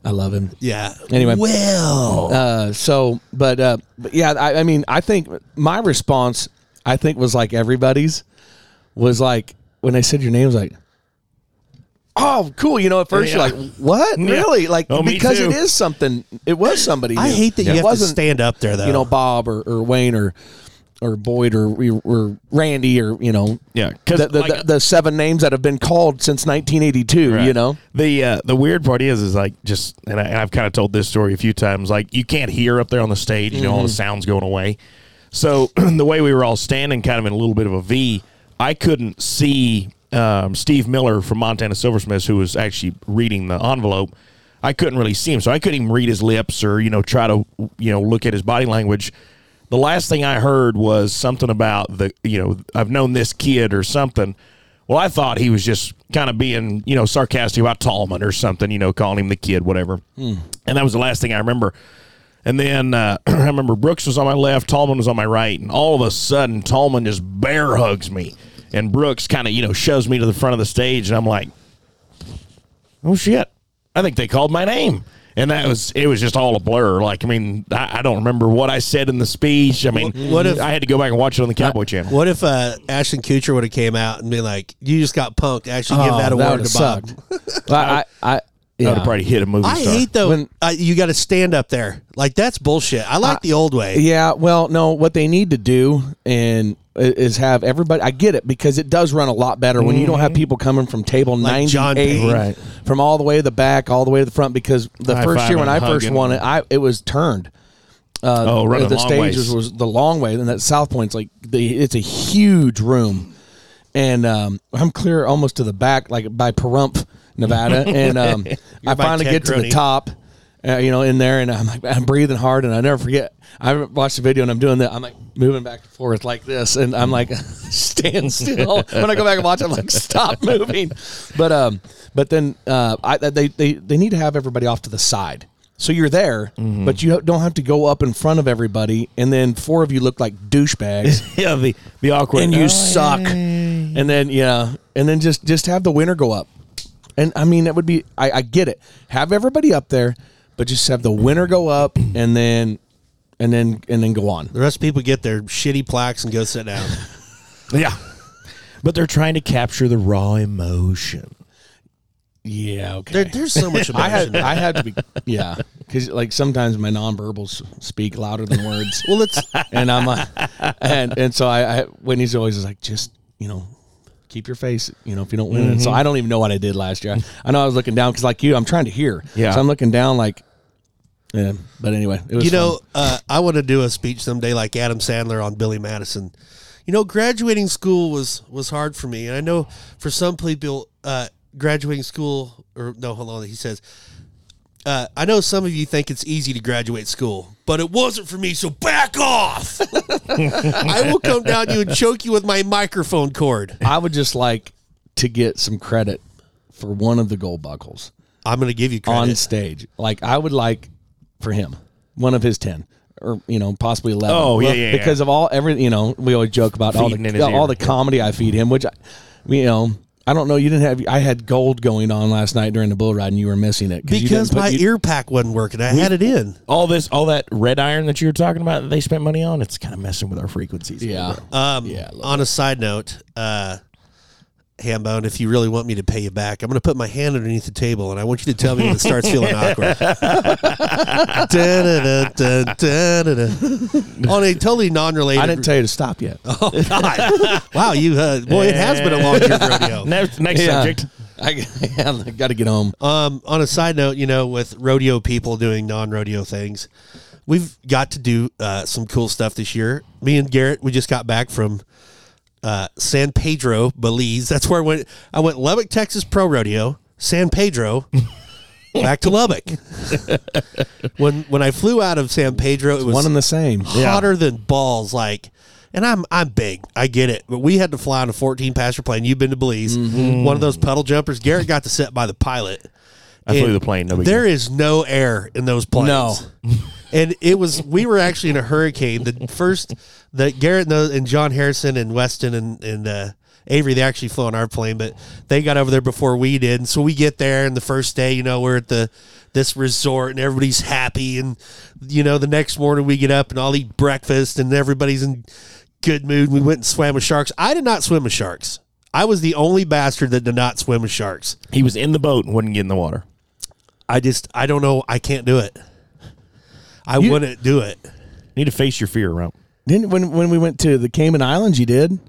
[SPEAKER 1] I love him.
[SPEAKER 2] Yeah.
[SPEAKER 1] Anyway.
[SPEAKER 2] Will.
[SPEAKER 1] Uh, so, but, uh, but yeah, I, I mean, I think my response, I think, was like everybody's, was like when they said your name, was like, oh, cool. You know, at first
[SPEAKER 3] Yeah.
[SPEAKER 1] you're like, what,
[SPEAKER 3] Yeah.
[SPEAKER 1] really? Like
[SPEAKER 3] Oh, me
[SPEAKER 1] because
[SPEAKER 3] too.
[SPEAKER 1] it is something. It was somebody.
[SPEAKER 2] I
[SPEAKER 1] new.
[SPEAKER 2] hate that
[SPEAKER 1] It
[SPEAKER 2] you have to
[SPEAKER 1] wasn't,
[SPEAKER 2] stand up there though.
[SPEAKER 1] You know, Bob or, or Wayne or or Boyd or or Randy or you know,
[SPEAKER 3] Yeah, 'cause
[SPEAKER 1] the, the,
[SPEAKER 3] like-
[SPEAKER 1] the, the seven names that have been called since 1982. You
[SPEAKER 3] Right.
[SPEAKER 1] know,
[SPEAKER 3] the uh, the weird part is is like just and, I, and I've kind of told this story a few times. Like you can't hear up there on the stage, you know,
[SPEAKER 1] Mm-hmm.
[SPEAKER 3] all the sounds going away. So the way we were all standing, kind of in a little bit of a V, I couldn't see um, Steve Miller from Montana Silversmiths, who was actually reading the envelope. I couldn't really see him, so I couldn't even read his lips or you know try to you know look at his body language. The last thing I heard was something about the you know I've known this kid or something. Well, I thought he was just kind of being, you know, sarcastic about Tallman or something, you know, calling him the kid, whatever. And that was the last thing I remember. And then uh, I remember Brooks was on my left, Tallman was on my right, and all of a sudden Tallman just bear hugs me, and Brooks kind of, you know, shoves me to the front of the stage, and I'm like, oh shit, I think they called my name. And that was it. Was just all a blur. Like I mean, I, I don't remember what I said in the speech. I mean,
[SPEAKER 2] What if-
[SPEAKER 3] I had to go back and watch it on the Cowboy Channel?
[SPEAKER 2] What if uh, Ashton Kutcher would have came out and been like, "You just got punked"? Actually, give
[SPEAKER 1] Oh,
[SPEAKER 2] that
[SPEAKER 1] that
[SPEAKER 2] award
[SPEAKER 1] would've
[SPEAKER 2] to Bob.
[SPEAKER 1] sucked. Well, I, I, I,
[SPEAKER 3] I
[SPEAKER 1] yeah.
[SPEAKER 3] would have probably hit a movie
[SPEAKER 2] I
[SPEAKER 3] star.
[SPEAKER 2] hate though.
[SPEAKER 1] When-
[SPEAKER 2] uh, you got to stand up there. Like that's bullshit. I like the old way.
[SPEAKER 1] Yeah, well, no, what they need to do and i- is have everybody. I get it because it does run a lot better when you don't have people coming from table
[SPEAKER 2] Mm-hmm. Like John
[SPEAKER 1] ninety-eight,
[SPEAKER 2] Payne.
[SPEAKER 3] Right.
[SPEAKER 1] from all the way to the back, all the way to the front. Because the
[SPEAKER 3] High
[SPEAKER 1] first
[SPEAKER 3] five
[SPEAKER 1] year when I
[SPEAKER 3] and
[SPEAKER 1] first
[SPEAKER 3] hugging.
[SPEAKER 1] won it, I it was turned.
[SPEAKER 3] oh, running
[SPEAKER 1] the
[SPEAKER 3] long
[SPEAKER 1] stage
[SPEAKER 3] ways.
[SPEAKER 1] was, was the long way, and that South Point's like the, it's a huge room, and um, I'm clear almost to the back, like by Pahrump, Nevada, and um, I
[SPEAKER 2] by
[SPEAKER 1] finally
[SPEAKER 2] Ted
[SPEAKER 1] get to the
[SPEAKER 2] Groening.
[SPEAKER 1] top. Uh, you know, in there, and I'm like, I'm breathing hard, and I never forget. I watched the video, and I'm doing that. I'm like moving back and forth like this, and I'm like, stand still. when I go back and watch, I'm like, stop moving. But um, but then uh, I they they they need to have everybody off to the side. So you're there,
[SPEAKER 2] Mm-hmm.
[SPEAKER 1] but you don't have to go up in front of everybody, and then four of you look like douchebags,
[SPEAKER 3] yeah, the the awkward.
[SPEAKER 1] and you
[SPEAKER 3] "Oh,
[SPEAKER 1] suck. And then yeah, and then just just have the winner go up. And I mean, that would be I, I get it. Have everybody up there, but just have the winner go up, and then and then and then go on.
[SPEAKER 2] The rest of people get their shitty plaques and go sit down.
[SPEAKER 3] Yeah. But they're trying to capture the raw emotion.
[SPEAKER 1] Yeah, okay.
[SPEAKER 2] there, there's so much.
[SPEAKER 1] I had
[SPEAKER 2] Emotion.
[SPEAKER 1] I had to be yeah, because like sometimes my nonverbals speak louder than words.
[SPEAKER 2] well, it's
[SPEAKER 1] and I'm like, and and so I, I Whitney's always is like, just you know, keep your face, you know, if you don't win. it.
[SPEAKER 2] Mm-hmm.
[SPEAKER 1] so I don't even know what I did last year. I, I know I was looking down because like you, I'm trying to hear.
[SPEAKER 3] Yeah.
[SPEAKER 1] So I'm looking down like, yeah. But anyway, it was
[SPEAKER 2] you
[SPEAKER 1] fun.
[SPEAKER 2] know uh, I want to do a speech someday like Adam Sandler on Billy Madison. You know, graduating school was was hard for me, and I know for some people, uh, graduating school or no, hold on, he says. Uh, I know some of you think it's easy to graduate school, but it wasn't for me, so back off. I will come down to you and choke you with my microphone cord.
[SPEAKER 1] I would just like to get some credit for one of the gold buckles
[SPEAKER 2] I'm going to give you
[SPEAKER 1] on
[SPEAKER 2] credit.
[SPEAKER 1] stage. Like I would like for him one of his ten. Or you know possibly eleven.
[SPEAKER 3] Oh, yeah, yeah, yeah.
[SPEAKER 1] Because of all every you know we always joke about all
[SPEAKER 3] Feeding in
[SPEAKER 1] the
[SPEAKER 3] his
[SPEAKER 1] all the
[SPEAKER 3] ear.
[SPEAKER 1] comedy I feed him, which I, you know I don't know. You didn't have I had gold going on last night during the bull ride, and you were missing it you didn't
[SPEAKER 2] Because
[SPEAKER 1] put-
[SPEAKER 2] my
[SPEAKER 1] you-
[SPEAKER 2] ear pack wasn't working. I had it in.
[SPEAKER 3] All this, all that red iron that you were talking about that they spent money on, it's kind of messing with our frequencies. a little
[SPEAKER 1] yeah
[SPEAKER 3] bit.
[SPEAKER 2] Um,
[SPEAKER 1] Yeah, I love
[SPEAKER 2] on a side note, uh, Hambone, if you really want me to pay you back, I'm going to put my hand underneath the table and I want you to tell me when it starts feeling awkward. Da-da-da, da-da-da. on a totally non related.
[SPEAKER 1] I didn't tell you to stop yet.
[SPEAKER 2] oh, God. wow, you, uh, boy, it has been a long year rodeo.
[SPEAKER 3] Next, next
[SPEAKER 1] Yeah.
[SPEAKER 3] subject.
[SPEAKER 1] I, got to get home.
[SPEAKER 2] Um, on a side note, you know, with rodeo people doing non-rodeo things, we've got to do uh, some cool stuff this year. Me and Garrett, we just got back from uh, San Pedro, Belize. That's where I went. I went Lubbock, Texas Pro Rodeo, San Pedro, back to Lubbock. when when I flew out of San Pedro, it was
[SPEAKER 1] One and the same.
[SPEAKER 2] hotter than balls. Like, and I'm I'm big. I get it. But we had to fly on a 14 passenger plane. You've been to Belize.
[SPEAKER 3] Mm-hmm.
[SPEAKER 2] One of those puddle jumpers. Garrett got to sit by the pilot.
[SPEAKER 3] I flew
[SPEAKER 2] And
[SPEAKER 3] the plane, no big
[SPEAKER 2] there is no air in those planes.
[SPEAKER 1] No.
[SPEAKER 2] and it was we were actually in a hurricane. The first that Garrett and, those, and John Harrison and Weston and and uh, Avery they actually flew on our plane, but they got over there before we did. And so we get there, and the first day, you know, we're at the this resort, and everybody's happy, and you know, the next morning we get up and I'll eat breakfast, and everybody's in good mood. We went and swam with sharks. I did not swim with sharks. I was the only bastard that did not swim with sharks.
[SPEAKER 3] He was in the boat and wouldn't get in the water.
[SPEAKER 2] I just I don't know. I can't do it. I wouldn't do it.
[SPEAKER 3] You need to face your fear, Rump.
[SPEAKER 1] Didn't when when we went to the Cayman Islands, you did.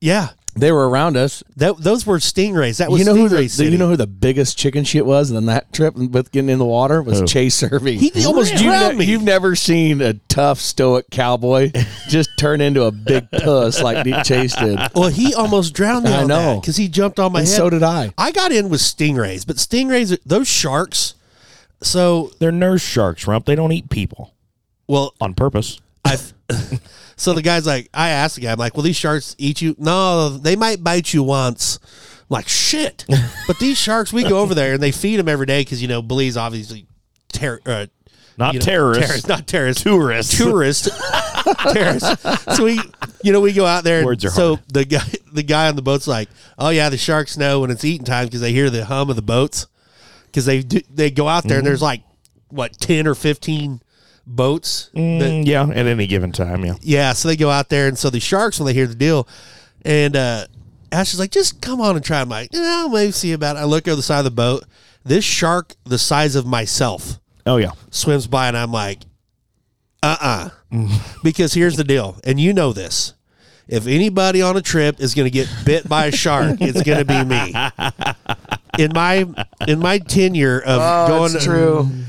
[SPEAKER 2] Yeah,
[SPEAKER 1] They were around us.
[SPEAKER 2] that those were stingrays. That was
[SPEAKER 1] you know who
[SPEAKER 2] stingray
[SPEAKER 1] the,
[SPEAKER 2] city.
[SPEAKER 1] you know who the biggest chicken shit was on that trip with getting in the water was Chase Irving.
[SPEAKER 2] He almost
[SPEAKER 1] You've
[SPEAKER 2] drowned me.
[SPEAKER 1] You've never seen a tough stoic cowboy just turn into a big puss like Nick Chase did.
[SPEAKER 2] well, he almost drowned me.
[SPEAKER 1] I
[SPEAKER 2] I know
[SPEAKER 1] know.
[SPEAKER 2] because he jumped on my
[SPEAKER 1] And
[SPEAKER 2] head.
[SPEAKER 1] so did I.
[SPEAKER 2] I got in with stingrays, but stingrays those sharks. So
[SPEAKER 3] They're nurse sharks, Rump. They don't eat people
[SPEAKER 2] well,
[SPEAKER 3] on purpose.
[SPEAKER 2] I. so the guy's like, I asked the guy, I'm like, "Will these sharks eat you?" No, they might bite you once. I'm like shit, but these sharks, we go over there and they feed them every day because you know Belize obviously terror. Uh,
[SPEAKER 3] Not
[SPEAKER 2] you know,
[SPEAKER 3] terrorists.
[SPEAKER 2] terrorists, not terrorists,
[SPEAKER 3] Tourists.
[SPEAKER 2] tourist terrorists. So we, you know, we go out there. and
[SPEAKER 3] Words are
[SPEAKER 2] so
[SPEAKER 3] hard.
[SPEAKER 2] the guy, the guy on the boat's like, "Oh yeah, the sharks know when it's eating time because they hear the hum of the boats because they do, they go out there and
[SPEAKER 3] Mm-hmm.
[SPEAKER 2] there's like what ten or fifteen boats that
[SPEAKER 3] Mm, yeah, at any given time, yeah.
[SPEAKER 2] yeah, so they go out there, and so the sharks when they hear the deal, and uh, Ashley's like, "Just come on and try." I'm like, "No, maybe see about." it. I look over the side of the boat. This shark, the size of myself,
[SPEAKER 3] Oh, yeah.
[SPEAKER 2] swims by, and I'm like, "Uh, uh because here's the deal, and you know this. If anybody on a trip is going to get bit by a shark, it's going to be me. In my in my tenure of
[SPEAKER 1] Oh,
[SPEAKER 2] going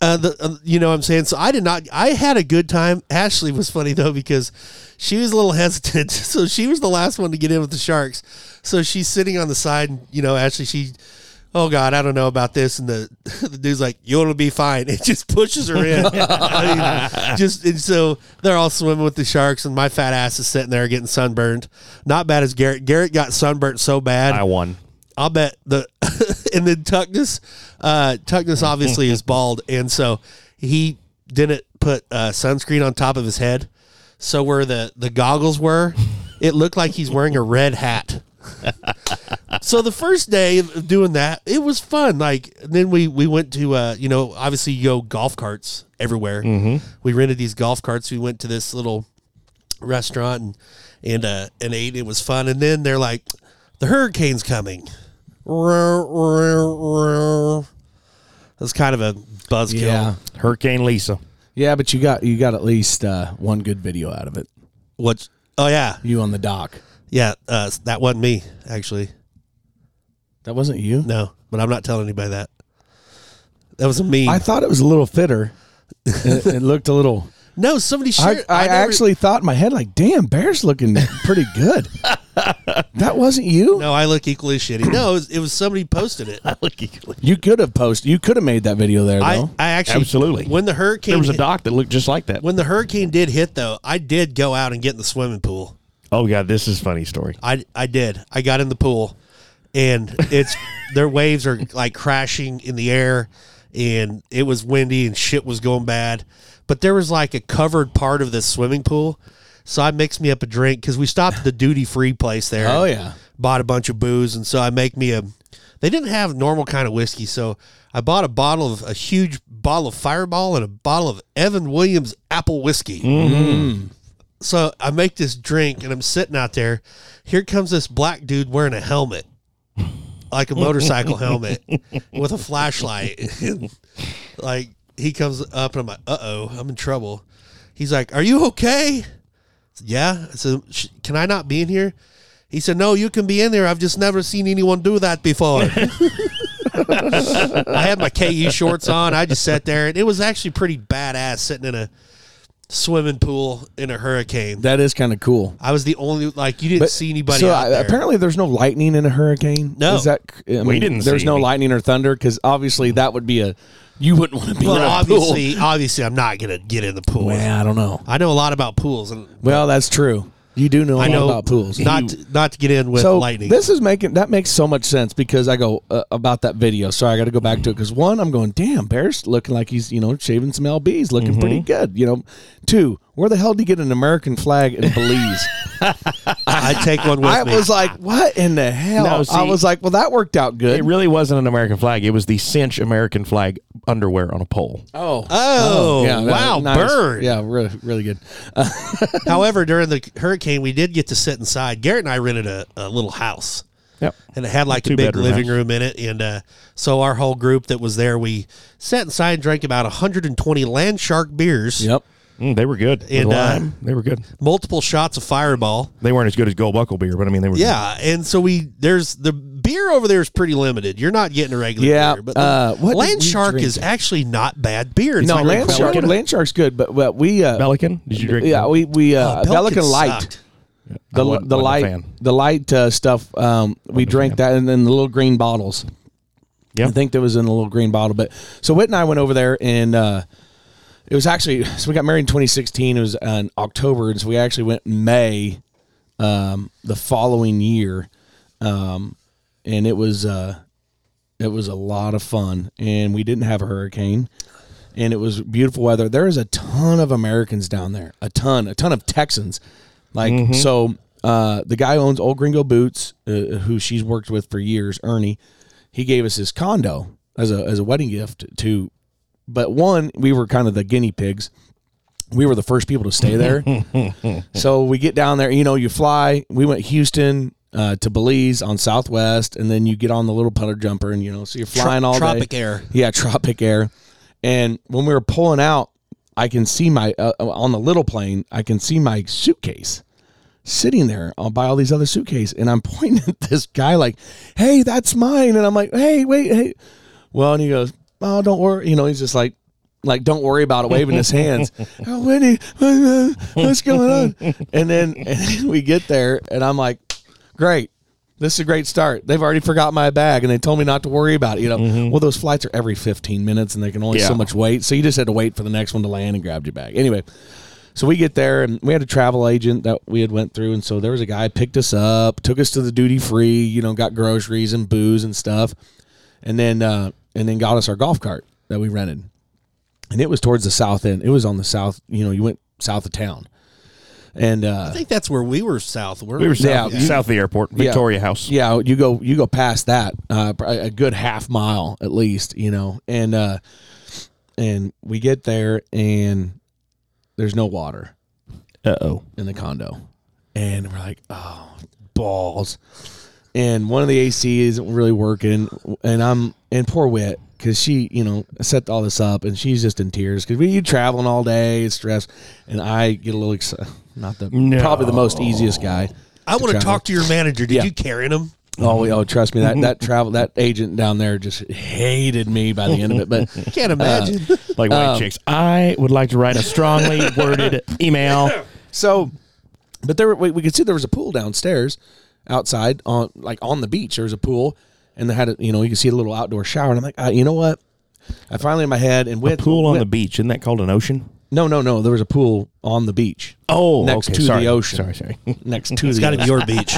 [SPEAKER 2] uh, the, uh, you know what I'm saying? So I did not, I had a good time. Ashley was funny though, because she was a little hesitant. So she was the last one to get in with the sharks. So she's sitting on the side and, you know, Ashley, she, oh God, I don't know about this. And the, the dude's like, you'll be fine. It just pushes her in. I mean, just, and so they're all swimming with the sharks and my fat ass is sitting there getting sunburned. Not bad as Garrett. Garrett got sunburnt so bad.
[SPEAKER 3] I won.
[SPEAKER 2] I'll bet the and then Tuckness, uh, Tuckness obviously is bald, and so he didn't put uh, sunscreen on top of his head. So where the the goggles were, it looked like he's wearing a red hat. so the first day of doing that, it was fun. Like then we we went to uh, you know obviously you go golf carts everywhere. Mm-hmm. We rented these golf carts. We went to this little restaurant and and uh, and ate. It was fun. And then they're like, the hurricane's coming. That's kind of a buzzkill.
[SPEAKER 1] Yeah,
[SPEAKER 3] Hurricane Lisa.
[SPEAKER 1] yeah, but you got you got at least uh, one good video out of it.
[SPEAKER 2] What? Oh yeah,
[SPEAKER 1] You on the dock?
[SPEAKER 2] yeah. Uh, that wasn't me actually.
[SPEAKER 1] That wasn't you.
[SPEAKER 2] No, but I'm not telling anybody that. That was a meme.
[SPEAKER 1] I thought it was a little fitter. it, it looked a little.
[SPEAKER 2] no, somebody
[SPEAKER 1] I,
[SPEAKER 2] shared.
[SPEAKER 1] I,
[SPEAKER 2] never-
[SPEAKER 1] actually thought in my head, like, damn, Bear's looking pretty good. that wasn't you.
[SPEAKER 2] No, I look equally shitty. No, it was, it was somebody posted it.
[SPEAKER 1] You could have posted. You could have made that video there, though.
[SPEAKER 2] I, I actually
[SPEAKER 3] Absolutely.
[SPEAKER 2] when the hurricane
[SPEAKER 3] There was a
[SPEAKER 2] hit-
[SPEAKER 3] dock that looked just like that.
[SPEAKER 2] when the hurricane did hit though, I did go out and get in the swimming pool.
[SPEAKER 3] Oh, God, this is a funny story.
[SPEAKER 2] I I did. I got in the pool, and it's their waves are like crashing in the air, and it was windy and shit was going bad, but there was like a covered part of this swimming pool, so I mixed me up a drink because we stopped at the duty free place there.
[SPEAKER 1] Oh, yeah.
[SPEAKER 2] bought a bunch of booze, and so I make me a. They didn't have normal kind of whiskey, so I bought a bottle of a huge bottle of Fireball and a bottle of Evan Williams apple whiskey so I make this drink and I'm sitting out there. Here comes this black dude wearing a helmet, like a motorcycle helmet with a flashlight. like he comes up and I'm like, uh oh, I'm in trouble. He's like, Are you okay? Yeah. I said, "Sh- Can I not be in here? He said, No, you can be in there. I've just never seen anyone do that before. I E had my KU shorts on. I just sat there and it was actually pretty badass sitting in a swimming pool in a hurricane.
[SPEAKER 1] That is kind of cool.
[SPEAKER 2] I was the only like you didn't
[SPEAKER 1] But-
[SPEAKER 2] see anybody
[SPEAKER 1] So
[SPEAKER 2] out
[SPEAKER 1] I-
[SPEAKER 2] there.
[SPEAKER 1] apparently, there's no lightning in a hurricane.
[SPEAKER 2] No.
[SPEAKER 1] is that I mean,
[SPEAKER 3] didn't
[SPEAKER 1] There's
[SPEAKER 3] see
[SPEAKER 1] no
[SPEAKER 3] any.
[SPEAKER 1] lightning or thunder because obviously that would be a you wouldn't want to be
[SPEAKER 2] well,
[SPEAKER 1] in a
[SPEAKER 2] obviously, obviously, I'm not gonna get in the pool.
[SPEAKER 1] pool. Yeah, I don't know.
[SPEAKER 2] I know a lot about pools, and
[SPEAKER 1] Well, that's true. You do know a
[SPEAKER 2] I
[SPEAKER 1] lot
[SPEAKER 2] know
[SPEAKER 1] about pools.
[SPEAKER 2] Not to, not to get in with
[SPEAKER 1] so
[SPEAKER 2] lightning.
[SPEAKER 1] this is making that makes so much sense because I go uh, about that video. Sorry, I got to go back to it because one, I'm going, damn, Bear's looking like he's you know shaving some lbs, looking
[SPEAKER 3] Mm-hmm.
[SPEAKER 1] pretty good. You know, two, where the hell did he get an American flag in Belize?
[SPEAKER 2] I take one with
[SPEAKER 1] I
[SPEAKER 2] me.
[SPEAKER 1] was like, what in the hell?
[SPEAKER 3] No, see-
[SPEAKER 1] I was like, well, that worked out good.
[SPEAKER 3] It really wasn't an American flag. It was the cinch American flag underwear on a pole.
[SPEAKER 1] oh,
[SPEAKER 2] Oh,
[SPEAKER 1] that-
[SPEAKER 2] wow,
[SPEAKER 1] nice.
[SPEAKER 2] burn.
[SPEAKER 1] Yeah, really, really good.
[SPEAKER 2] However, during the hurricane, we did get to sit inside. Garrett and I rented a, a little house,
[SPEAKER 3] Yep.
[SPEAKER 2] and it had like a
[SPEAKER 3] Two
[SPEAKER 2] big
[SPEAKER 3] bedroom
[SPEAKER 2] living
[SPEAKER 3] house.
[SPEAKER 2] room in it. And uh, so our whole group that was there, we sat inside and drank about 120 land shark beers,
[SPEAKER 1] Yep.
[SPEAKER 3] Mm, they were good. With
[SPEAKER 2] And, uh,
[SPEAKER 3] lime, they were good.
[SPEAKER 2] multiple shots of Fireball.
[SPEAKER 3] They weren't as good as Gold Buckle beer, but I mean they were.
[SPEAKER 2] Yeah, and so we there's the beer over there is pretty limited. You're not getting a regular
[SPEAKER 1] Yeah,
[SPEAKER 2] beer, but
[SPEAKER 1] uh,
[SPEAKER 2] the
[SPEAKER 1] what did
[SPEAKER 2] Land
[SPEAKER 1] we
[SPEAKER 2] Shark
[SPEAKER 1] drink?
[SPEAKER 2] is actually not bad beer. It's
[SPEAKER 1] No,
[SPEAKER 2] like
[SPEAKER 1] land shark,
[SPEAKER 2] Pelican.
[SPEAKER 1] land shark's good, but but we uh,
[SPEAKER 3] good. Pelican. Did you drink?
[SPEAKER 1] yeah we we uh,
[SPEAKER 2] Pelican
[SPEAKER 1] Pelican light.
[SPEAKER 2] Oh, sucked.
[SPEAKER 1] the
[SPEAKER 3] I wasn't-
[SPEAKER 1] the
[SPEAKER 3] wasn't a
[SPEAKER 1] light
[SPEAKER 3] fan.
[SPEAKER 1] the light uh, stuff. Um, we drank that, and then the little green bottles.
[SPEAKER 3] Yeah.
[SPEAKER 1] I think that was in the little green bottle. But so Whit and I went over there, and uh, it was actually so we got married in 2016. It was uh, in October, and so we actually went in May um, the following year, um, and it was uh, it was a lot of fun, and we didn't have a hurricane. And it was beautiful weather. There is a ton of Americans down there, a ton, a ton of Texans. Like
[SPEAKER 2] Mm-hmm.
[SPEAKER 1] so, uh, the guy who owns Old Gringo Boots, uh, who she's worked with for years, Ernie. He gave us his condo as a as a wedding gift to, but one we were kind of the guinea pigs. We were the first people to stay there, so we get down there. You know, you fly. We went Houston uh, to Belize on Southwest, and then you get on the little putter jumper, and you know, so you're
[SPEAKER 2] Tro-
[SPEAKER 1] flying all day.
[SPEAKER 2] Tropic Air.
[SPEAKER 1] Yeah, Tropic Air. And when we were pulling out, I can see my uh, on the little plane. I can see my suitcase sitting there all by all these other suitcases, and I'm pointing at this guy like, "Hey, that's mine!" And I'm like, "Hey, wait, hey." Well, and he goes, "Oh, don't worry." You know, he's just like, like, "Don't worry about it," waving his hands. oh, Whitney, what's going on? And then, and then we get there, and I'm like, "Great." This is a great start. They've already forgot my bag, and they told me not to worry about it. You know, well, those flights are every 15 minutes, and they can only so
[SPEAKER 3] Yeah.
[SPEAKER 1] much wait. So you just had to wait for the next one to land and grabbed your bag. Anyway, so we get there and we had a travel agent that we had went through and so there was a guy picked us up, took us to the duty free, you know, got groceries and booze and stuff. And then uh and then got us our golf cart that we rented. And it was towards the south end. It was on the south, you know, you went south of town. And uh
[SPEAKER 2] I think that's where we were south. We're,
[SPEAKER 3] We were south,
[SPEAKER 1] Yeah, you-
[SPEAKER 3] south of the airport,
[SPEAKER 1] Yeah.
[SPEAKER 3] Victoria House.
[SPEAKER 1] Yeah, you go you go past that uh, pr- a good half mile at least, you know, and uh, and we get there and there's no water
[SPEAKER 3] Uh oh.
[SPEAKER 1] in the condo, and we're like, oh balls, and one of the AC isn't really working, and I'm and poor Wit because she you know set all this up and she's just in tears because we you traveling all day, it's stressed, and I get a little excited. Not the
[SPEAKER 3] No.
[SPEAKER 1] probably the most easiest guy.
[SPEAKER 2] I want to
[SPEAKER 1] travel.
[SPEAKER 2] talk to your manager. Did
[SPEAKER 1] Yeah.
[SPEAKER 2] you carry him?
[SPEAKER 1] Oh, we- oh, trust me, that that travel that agent down there just hated me by the end of it. But
[SPEAKER 2] Can't imagine.
[SPEAKER 3] Like white chicks. I would like to write a strongly worded email.
[SPEAKER 1] so, but there were- we, we could see there was a pool downstairs, outside on like on the beach. There was a pool, and they had a you know you could see a little outdoor shower. And I'm like, uh, you know what? I finally in my head and went
[SPEAKER 3] Pool on the beach. Isn't that called an ocean?
[SPEAKER 1] no no no there was a pool on the beach
[SPEAKER 3] Oh,
[SPEAKER 1] next
[SPEAKER 3] okay,
[SPEAKER 1] to
[SPEAKER 3] sorry.
[SPEAKER 1] the ocean
[SPEAKER 3] Sorry, sorry.
[SPEAKER 1] next to
[SPEAKER 2] It's
[SPEAKER 1] the
[SPEAKER 2] got to
[SPEAKER 1] ocean.
[SPEAKER 2] be your beach.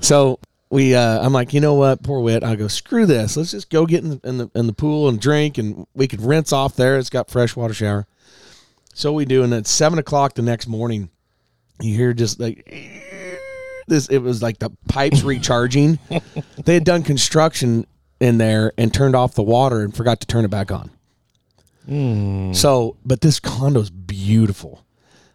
[SPEAKER 1] So we, uh, I'm like, you know what, poor Wit. I go, screw this. Let's just go get in the, in the in the pool and drink, and we could rinse off there. It's got fresh water shower. So we do, and at seven o'clock the next morning, you hear just like this. It was like the pipes recharging. they had done construction in there and turned off the water and forgot to turn it back on.
[SPEAKER 2] Mm.
[SPEAKER 1] So, but this condo's beautiful.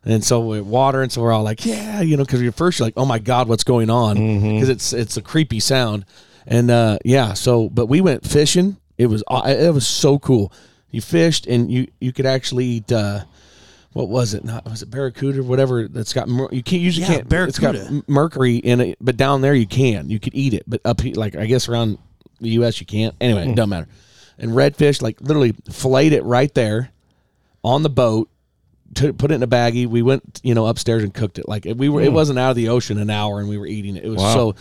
[SPEAKER 1] And so we water, and so we're all like, yeah, you know, because you're first, you're like, oh my god, what's going on? Because
[SPEAKER 2] Mm-hmm.
[SPEAKER 1] it's it's a creepy sound, and uh, yeah. So, but we went fishing. It was aw- it was so cool. You fished, and you you could actually eat. Uh, what was it? Not was it barracuda or whatever? That's got mer- you can't usually
[SPEAKER 2] Yeah,
[SPEAKER 1] can't It's got
[SPEAKER 2] barracuda.
[SPEAKER 1] m- mercury in it, but down there you can. You could eat it, but up he- like I guess around the U.S. you can't. Anyway,
[SPEAKER 2] Mm.
[SPEAKER 1] it doesn't matter. And redfish, like literally, filleted it right there on the boat, t- put it in a baggie. We went, you know, upstairs and cooked it. Like we were, it wasn't out of the ocean an hour, and we were eating it. It was
[SPEAKER 3] Wow.
[SPEAKER 1] so.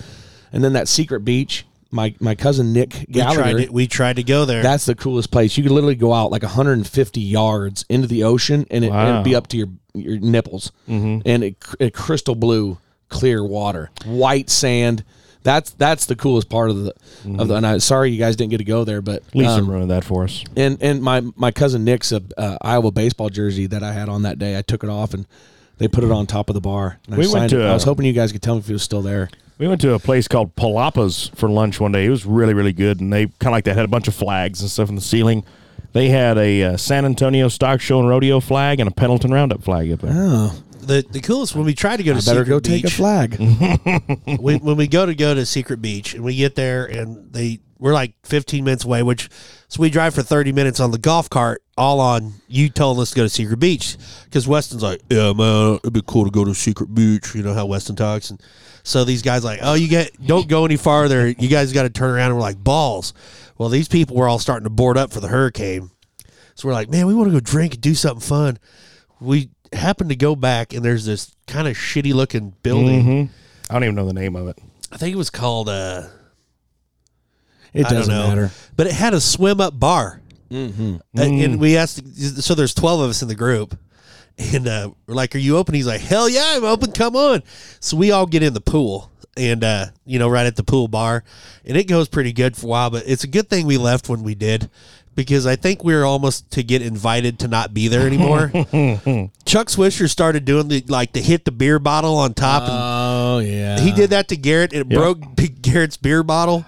[SPEAKER 1] And then that secret beach, my my cousin Nick
[SPEAKER 2] We tried,
[SPEAKER 1] Gallagher.
[SPEAKER 2] to, we tried to go there.
[SPEAKER 1] That's the coolest place. You could literally go out like 150 yards into the ocean, and it,
[SPEAKER 3] Wow.
[SPEAKER 1] it'd be up to your your nipples, and it, cr- it crystal blue, clear water, white sand. That's that's the coolest part of the of the. And I, sorry, you guys didn't get to go there, but
[SPEAKER 3] Lisa
[SPEAKER 1] um,
[SPEAKER 3] ruined that for us.
[SPEAKER 1] and and my my cousin Nick's a uh, Iowa baseball jersey that I had on that day. I took it off and they put it on top of the bar. And I
[SPEAKER 3] We went
[SPEAKER 1] signed
[SPEAKER 3] to,
[SPEAKER 1] it. I was
[SPEAKER 3] uh,
[SPEAKER 1] hoping you guys could tell me if it was still there.
[SPEAKER 3] We went to a place called Palapas for lunch one day. It was really, really good, and they kind of like that had a bunch of flags and stuff in the ceiling. They had a uh, San Antonio Stock Show and Rodeo flag and a Pendleton Roundup flag up there.
[SPEAKER 1] Oh,
[SPEAKER 2] the the coolest when we tried to go to
[SPEAKER 1] better
[SPEAKER 2] Secret
[SPEAKER 1] go
[SPEAKER 2] Beach,
[SPEAKER 1] take a flag.
[SPEAKER 2] we, when we go to go to Secret Beach and we get there and they we're like 15 minutes away, which so we drive for 30 minutes on the golf cart, all on you telling us to go to Secret Beach because Weston's like, yeah man, it'd be cool to go to Secret Beach. You know how Weston talks, and so these guys like, oh you get don't go any farther. You guys got to turn around. And we're like balls. Well, these people were all starting to board up for the hurricane. So we're like, man, we want to go drink and do something fun. We happened to go back and there's this kind of shitty looking building.
[SPEAKER 3] I don't even know the name of it.
[SPEAKER 2] I think it was called uh
[SPEAKER 1] It
[SPEAKER 2] I don't
[SPEAKER 1] doesn't
[SPEAKER 2] know.
[SPEAKER 1] matter.
[SPEAKER 2] But it had a swim up bar. Mm-hmm.
[SPEAKER 1] Mm.
[SPEAKER 2] And we asked, so there's 12 of us in the group. And uh, we're like, Are you open? He's like, Hell yeah, I'm open. Come on. So we all get in the pool and, uh, you know, right at the pool bar. And it goes pretty good for a while, but it's a good thing we left when we did because I think we were almost to get invited to not be there anymore. Chuck Swisher started doing the, like, to hit the beer bottle on top. and
[SPEAKER 1] Oh yeah,
[SPEAKER 2] he did that to Garrett and it broke Garrett's beer bottle.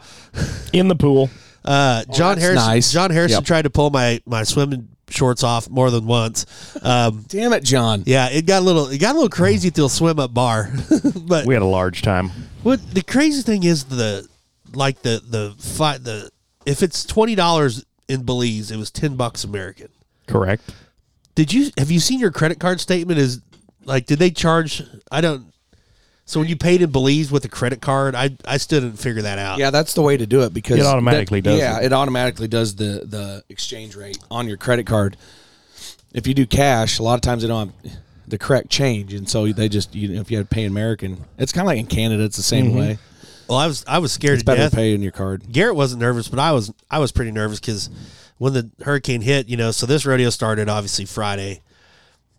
[SPEAKER 3] In the pool.
[SPEAKER 2] Uh, John
[SPEAKER 1] Oh, that's
[SPEAKER 2] Harrison.
[SPEAKER 1] nice.
[SPEAKER 2] John Harrison
[SPEAKER 1] Yep.
[SPEAKER 2] tried to pull my my swimming shorts off more than once. Um,
[SPEAKER 1] Damn it, John.
[SPEAKER 2] yeah, it got a little it got a little crazy at the swim up bar. but
[SPEAKER 3] We had a large time.
[SPEAKER 2] what the crazy thing is the like the the fi- the if it's twenty dollars in Belize, it was ten bucks American.
[SPEAKER 3] Correct.
[SPEAKER 2] Did you have you seen your credit card statement? Is like did they charge? I don't. So when you paid in Belize with a credit card, I I still didn't figure that out.
[SPEAKER 1] Yeah, that's the way to do it because
[SPEAKER 3] It automatically
[SPEAKER 1] that-
[SPEAKER 3] does
[SPEAKER 1] Yeah, it. automatically does the the exchange rate on your credit card. If you do cash, a lot of times they don't have the correct change, and so they just you know, if you had to pay American, it's kind of like in Canada, it's the
[SPEAKER 3] Mm-hmm.
[SPEAKER 1] same way.
[SPEAKER 2] Well, I was I was scared
[SPEAKER 1] It's
[SPEAKER 2] to
[SPEAKER 1] better
[SPEAKER 2] death.
[SPEAKER 1] to pay in your card.
[SPEAKER 2] Garrett wasn't nervous, but I was I was pretty nervous because when the hurricane hit, you know, so this rodeo started obviously Friday,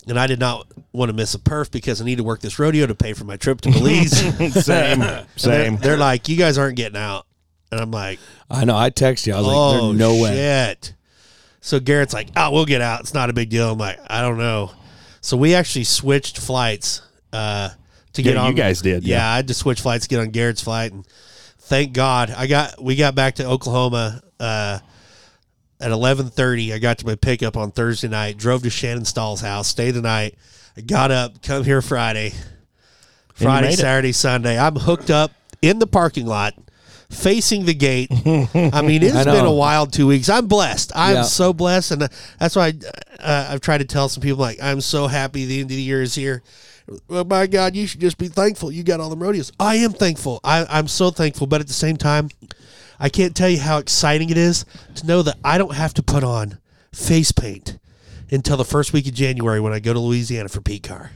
[SPEAKER 2] and I did not want to miss a perf because I need to work this rodeo to pay for my trip to Belize. And
[SPEAKER 3] Same.
[SPEAKER 2] they're,
[SPEAKER 3] Same.
[SPEAKER 2] they're like, you guys aren't getting out, and I'm like,
[SPEAKER 1] I know. I text you. I was like,
[SPEAKER 2] oh
[SPEAKER 1] "There's no
[SPEAKER 2] shit.
[SPEAKER 1] way."
[SPEAKER 2] So Garrett's like, oh, we'll get out. It's not a big deal. I'm like, I don't know. So we actually switched flights uh, to get
[SPEAKER 3] Yeah,
[SPEAKER 2] on.
[SPEAKER 3] you guys did,
[SPEAKER 2] Yeah,
[SPEAKER 3] yeah.
[SPEAKER 2] I had to switch flights, get on Garrett's flight, and thank God I got we got back to Oklahoma uh, at eleven thirty. I got to my pickup on Thursday night, drove to Shannon Stahl's house, stayed the night, I got up, come here Friday,
[SPEAKER 3] you
[SPEAKER 2] Friday,
[SPEAKER 3] made it.
[SPEAKER 2] Saturday, Sunday. I'm hooked up in the parking lot, facing the gate. I mean, it's
[SPEAKER 1] I know.
[SPEAKER 2] been a wild two weeks. I'm blessed. I'm
[SPEAKER 1] Yeah.
[SPEAKER 2] so blessed, and uh, that's why uh, I've tried to tell some people like I'm so happy the end of the year is here. Well, my God, you should just be thankful you got all the rodeos. I am thankful. I, I'm so thankful, but at the same time, I can't tell you how exciting it is to know that I don't have to put on face paint until the first week of January when I go to Louisiana for Pete Car.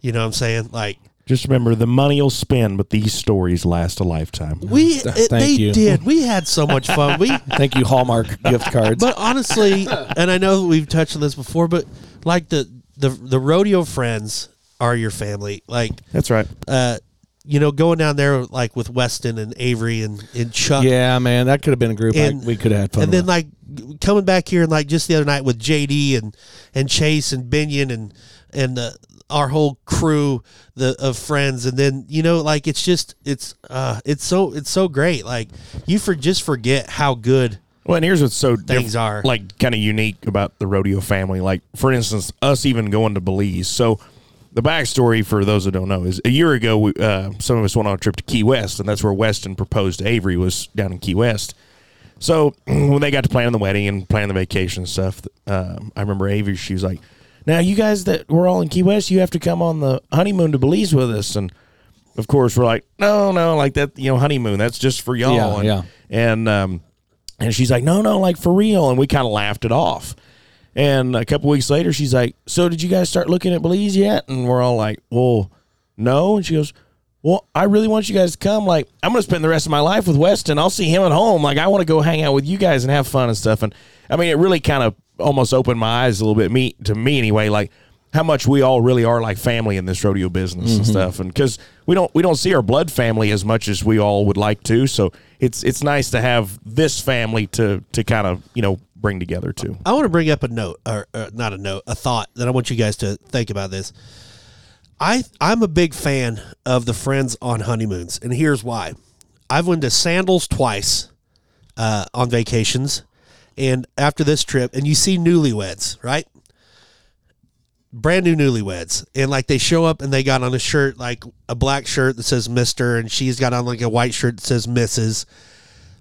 [SPEAKER 2] You know what I'm saying? Like
[SPEAKER 3] Just remember the money you'll spend, but these stories last a lifetime.
[SPEAKER 2] we,
[SPEAKER 1] Thank
[SPEAKER 2] they
[SPEAKER 1] you.
[SPEAKER 2] did. We had so much fun. We
[SPEAKER 1] Thank you, Hallmark gift cards.
[SPEAKER 2] But honestly, and I know that we've touched on this before, but like the the the rodeo friends are your family. Like
[SPEAKER 3] That's right.
[SPEAKER 2] uh, you know, going down there like with Weston and Avery and, and Chuck.
[SPEAKER 1] yeah, man, that could have been a group I- we could have had fun.
[SPEAKER 2] uh, And then
[SPEAKER 1] with.
[SPEAKER 2] like coming back here and like just the other night with JD and and Chase and Binion and and the, our whole crew the of friends and then you know like it's just it's uh it's so it's so great like you for just forget how good
[SPEAKER 3] Well, and here's what's so
[SPEAKER 2] Things
[SPEAKER 3] diff-
[SPEAKER 2] are.
[SPEAKER 3] like kind of unique about the rodeo family. Like for instance, us even going to Belize. So the backstory for those who don't know is a year ago, we, uh, some of us went on a trip to Key West, and that's where Weston proposed to Avery was down in Key West. So when they got to planning the wedding and planning the vacation and stuff, um, I remember Avery. She was like, "Now you guys that we're all in Key West, you have to come on the honeymoon to Belize with us." And of course, we're like, "No, no, like that, you know, honeymoon. That's just for y'all."
[SPEAKER 1] Yeah,
[SPEAKER 3] and,
[SPEAKER 1] yeah.
[SPEAKER 3] And um, and she's like, "No, no, like for real." And we kind of laughed it off. And a couple weeks later, she's like, "So did you guys start looking at Belize yet?" And we're all like, "Well, no." And she goes, "Well, I really want you guys to come. Like, I'm gonna spend the rest of my life with Weston. I'll see him at home. Like, I want to go hang out with you guys and have fun and stuff." And I mean, it really kind of almost opened my eyes a little bit. Me to me anyway, like how much we all really are like family in this rodeo business and stuff and because we don't we don't see our blood family as much as we all would like to so it's it's nice to have this family to to kind of you know bring together too
[SPEAKER 2] I want to bring up a note, or, or not a note, a thought that I want you guys to think about this. I I'm a big fan of the friends on honeymoons, and here's why. I've went to Sandals twice uh, on vacations, and after this trip, and you see newlyweds, right? Brand new newlyweds, and like they show up and they got on a shirt like a black shirt that says Mister, and she's got on like a white shirt that says Mrs.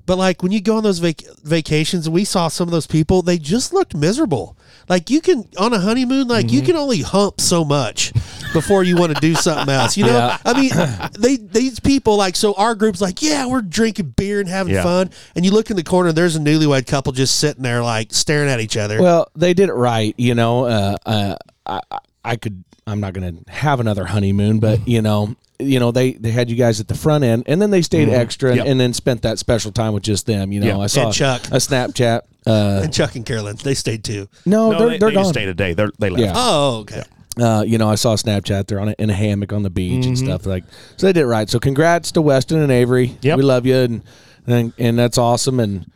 [SPEAKER 2] But like when you go on those vac- vacations, and we saw some of those people, they just looked miserable. Like you can on a honeymoon, like you can only hump so much before you want to do something else. You know, I mean, they these people like so our group's like, yeah, we're drinking beer and having
[SPEAKER 3] Yeah.
[SPEAKER 2] fun, and you look in the corner, and there's a newlywed couple just sitting there like staring at each other.
[SPEAKER 1] Well, they did it right, you know. Uh, uh, I, I- I could. I'm not going to have another honeymoon,
[SPEAKER 2] Mm.
[SPEAKER 1] but you know, you know, they they had you guys at the front end, and then they stayed extra, and,
[SPEAKER 3] Yep.
[SPEAKER 1] and then spent that special time with just them. You know,
[SPEAKER 3] Yeah.
[SPEAKER 1] I saw
[SPEAKER 2] Mm-hmm. And Chuck.
[SPEAKER 1] a Snapchat. Uh,
[SPEAKER 2] and Chuck and Carolyn, they stayed too.
[SPEAKER 1] no, Oh, they're
[SPEAKER 3] they,
[SPEAKER 1] they're
[SPEAKER 3] they
[SPEAKER 1] gone.
[SPEAKER 3] just stayed a day they're, they left
[SPEAKER 1] Yeah.
[SPEAKER 2] Oh, okay.
[SPEAKER 1] uh, you know, I saw a Snapchat. They're on a, in a hammock on the beach
[SPEAKER 2] Mm-hmm.
[SPEAKER 1] and stuff. Like, so they did it right. So, congrats to Weston and Avery.
[SPEAKER 3] Yep.
[SPEAKER 1] we love you, and and, and that's awesome. And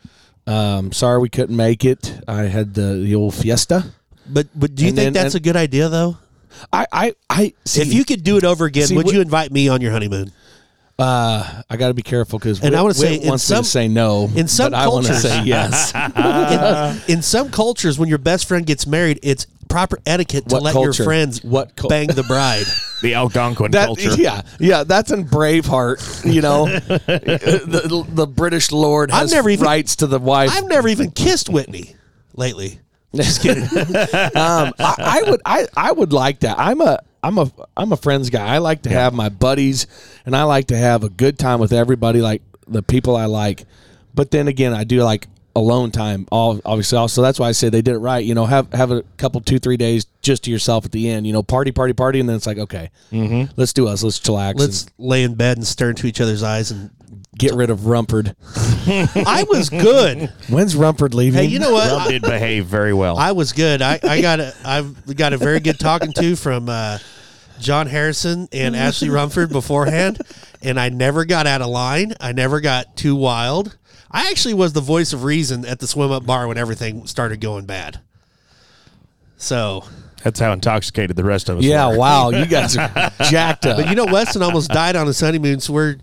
[SPEAKER 1] um, sorry we couldn't make it. I had the the old fiesta.
[SPEAKER 2] But but do you
[SPEAKER 1] And
[SPEAKER 2] think
[SPEAKER 1] then-
[SPEAKER 2] that's
[SPEAKER 1] and-
[SPEAKER 2] a good idea though?
[SPEAKER 1] I I I see,
[SPEAKER 2] if you could do it over again,
[SPEAKER 1] See,
[SPEAKER 2] would
[SPEAKER 1] what-
[SPEAKER 2] you invite me on your honeymoon?
[SPEAKER 1] I got to be careful because
[SPEAKER 2] And I wanna say in
[SPEAKER 1] wants me
[SPEAKER 2] some-
[SPEAKER 1] to say no,
[SPEAKER 2] in some
[SPEAKER 1] but I want to
[SPEAKER 2] cultures-
[SPEAKER 1] say yes. Uh,
[SPEAKER 2] in, in some cultures, when your best friend gets married, it's proper etiquette to
[SPEAKER 1] What
[SPEAKER 2] let
[SPEAKER 1] culture?
[SPEAKER 2] your friends
[SPEAKER 1] What cul-
[SPEAKER 2] bang the bride.
[SPEAKER 3] the algonquin
[SPEAKER 1] That,
[SPEAKER 3] culture
[SPEAKER 1] Yeah, yeah, that's in Braveheart. You know, the, the British lord
[SPEAKER 2] I've
[SPEAKER 1] has
[SPEAKER 2] never even-
[SPEAKER 1] rights to the wife.
[SPEAKER 2] I've never even kissed Whitney lately. Just kidding.
[SPEAKER 1] um, I, I would I, I would like that. I'm a I'm a I'm a friends guy. I like to have my buddies, and I like to have a good time with everybody, like the people I like. But then again, I do like alone time. All obviously, also that's why I say they did it right. You know, have have a couple two three days just to yourself at the end. You know, party party party, and then it's like okay, let's do us. Mm-hmm. Let's chillax.
[SPEAKER 2] Let's lay in bed and stare into each other's eyes. And
[SPEAKER 1] and get rid of Rumford.
[SPEAKER 2] I was good.
[SPEAKER 1] When's Rumford leaving?
[SPEAKER 2] Hey, you know what?
[SPEAKER 3] Rum
[SPEAKER 2] I,
[SPEAKER 3] did behave very well
[SPEAKER 2] I was good. I, I got a I've got a very good talking to from uh, John Harrison and Ashley Rumford beforehand, and I never got out of line. I never got too wild. I actually was the voice of reason at the swim up bar when everything started going bad. So
[SPEAKER 3] that's how intoxicated the rest of us
[SPEAKER 1] yeah,
[SPEAKER 3] were.
[SPEAKER 1] wow, you guys are jacked up.
[SPEAKER 2] But you know, Weston almost died on his honeymoon, so we're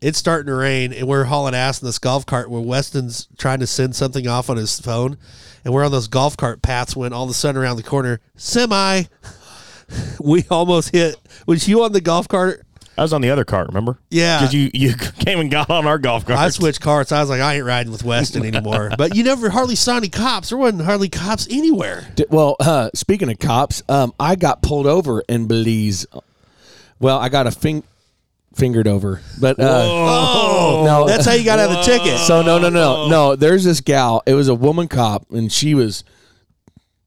[SPEAKER 2] it's starting to rain and we're hauling ass in this golf cart where Weston's trying to send something off on his phone and we're on those golf cart paths when all of a sudden around the corner, semi we almost hit was you on the golf cart?
[SPEAKER 3] i was on the other cart remember
[SPEAKER 2] Yeah.
[SPEAKER 3] 'Cause you you came and got on our golf cart
[SPEAKER 2] I switched carts. I was like, I ain't riding with Weston anymore. but you never hardly saw any cops. There wasn't hardly cops anywhere.
[SPEAKER 1] D- Well, uh, speaking of cops, um, I got pulled over in Belize. Well, I got a fing- fingered over, but uh,
[SPEAKER 2] Oh,
[SPEAKER 1] No.
[SPEAKER 2] that's how you Oh. got out of the ticket.
[SPEAKER 1] so no, no, no, no. There's this gal. It was a woman cop, and she was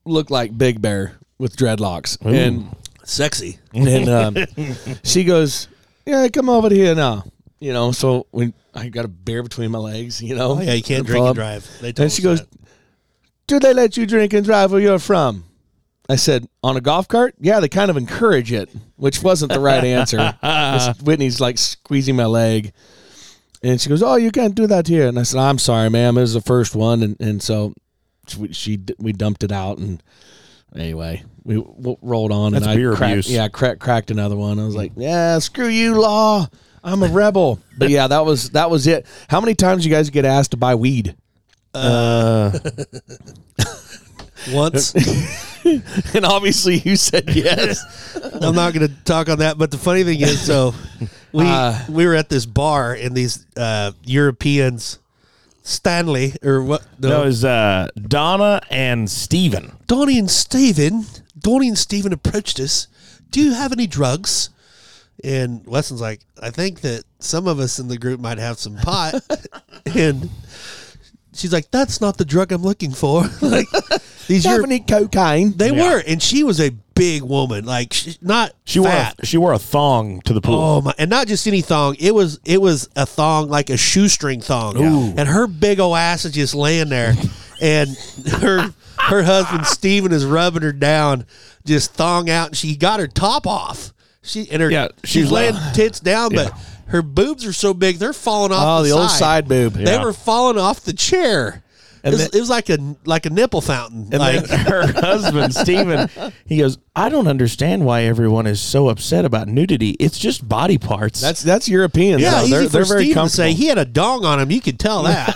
[SPEAKER 1] looked like Big Bear with dreadlocks, and
[SPEAKER 2] sexy.
[SPEAKER 1] and um, she goes, "Yeah, come over here now." You know, so when I got a beer between my legs, you know,
[SPEAKER 2] Oh, Yeah, you can't
[SPEAKER 1] I
[SPEAKER 2] drink
[SPEAKER 1] pull
[SPEAKER 2] and
[SPEAKER 1] up.
[SPEAKER 2] drive. They told
[SPEAKER 1] And
[SPEAKER 2] us
[SPEAKER 1] she goes,
[SPEAKER 2] that.
[SPEAKER 1] Do they let you drink and drive where you're from? I said, On a golf cart? Yeah, they kind of encourage it, which wasn't the right answer. This- Whitney's like squeezing my leg. And she goes, Oh, you can't do that here. And I said, I'm sorry, ma'am. It was the first one. And, and so she, she d- we dumped it out. And anyway, we w- rolled on.
[SPEAKER 3] That's
[SPEAKER 1] and
[SPEAKER 3] beer
[SPEAKER 1] I cracked,
[SPEAKER 3] abuse.
[SPEAKER 1] Yeah, crack, cracked another one. I was like, Yeah, screw you, law. I'm a rebel. But yeah, that was that was it. How many times you guys get asked to buy weed?
[SPEAKER 2] once.
[SPEAKER 1] and obviously you said yes.
[SPEAKER 2] I'm not going to talk on that. But the funny thing is, so we
[SPEAKER 3] Uh,
[SPEAKER 2] we were at this bar and these uh, Europeans, Stanley or what?
[SPEAKER 3] that
[SPEAKER 2] No,
[SPEAKER 3] was uh donna and steven
[SPEAKER 2] Donnie and Stephen. Donnie and Stephen approached us. Do you have any drugs? And Weston's like, I think that some of us in the group might have some pot. and she's like, That's not the drug I'm looking for. like, These Euro-
[SPEAKER 1] Definitely cocaine.
[SPEAKER 2] they
[SPEAKER 3] Yeah.
[SPEAKER 2] were, and she was a big woman, like she, not
[SPEAKER 3] She wore
[SPEAKER 2] fat.
[SPEAKER 3] a, she wore a thong to the pool.
[SPEAKER 2] Oh my! And not just any thong. It was it was a thong like a shoestring thong.
[SPEAKER 3] Ooh.
[SPEAKER 2] And her big old ass is just laying there, and her her husband Steven is rubbing her down, just thong out, and she got her top off. She and her
[SPEAKER 3] Yeah,
[SPEAKER 2] she's
[SPEAKER 3] she's
[SPEAKER 1] uh,
[SPEAKER 2] laying
[SPEAKER 3] like-
[SPEAKER 2] tits down, but her boobs are so big they're falling off.
[SPEAKER 1] Oh, the old side boob.
[SPEAKER 2] They
[SPEAKER 3] Yeah.
[SPEAKER 2] were falling off the chair. it, was,
[SPEAKER 1] then-
[SPEAKER 2] it was like a like a nipple fountain.
[SPEAKER 3] And
[SPEAKER 2] like,
[SPEAKER 3] then her husband, Steven, he goes, I don't understand why everyone is so upset about nudity. It's just body parts.
[SPEAKER 1] That's that's Europeans.
[SPEAKER 2] yeah,
[SPEAKER 1] though.
[SPEAKER 2] easy
[SPEAKER 1] they're
[SPEAKER 2] for
[SPEAKER 1] they're very
[SPEAKER 2] Steven to
[SPEAKER 1] comfortable.
[SPEAKER 2] say he had a dong on him. You could tell that.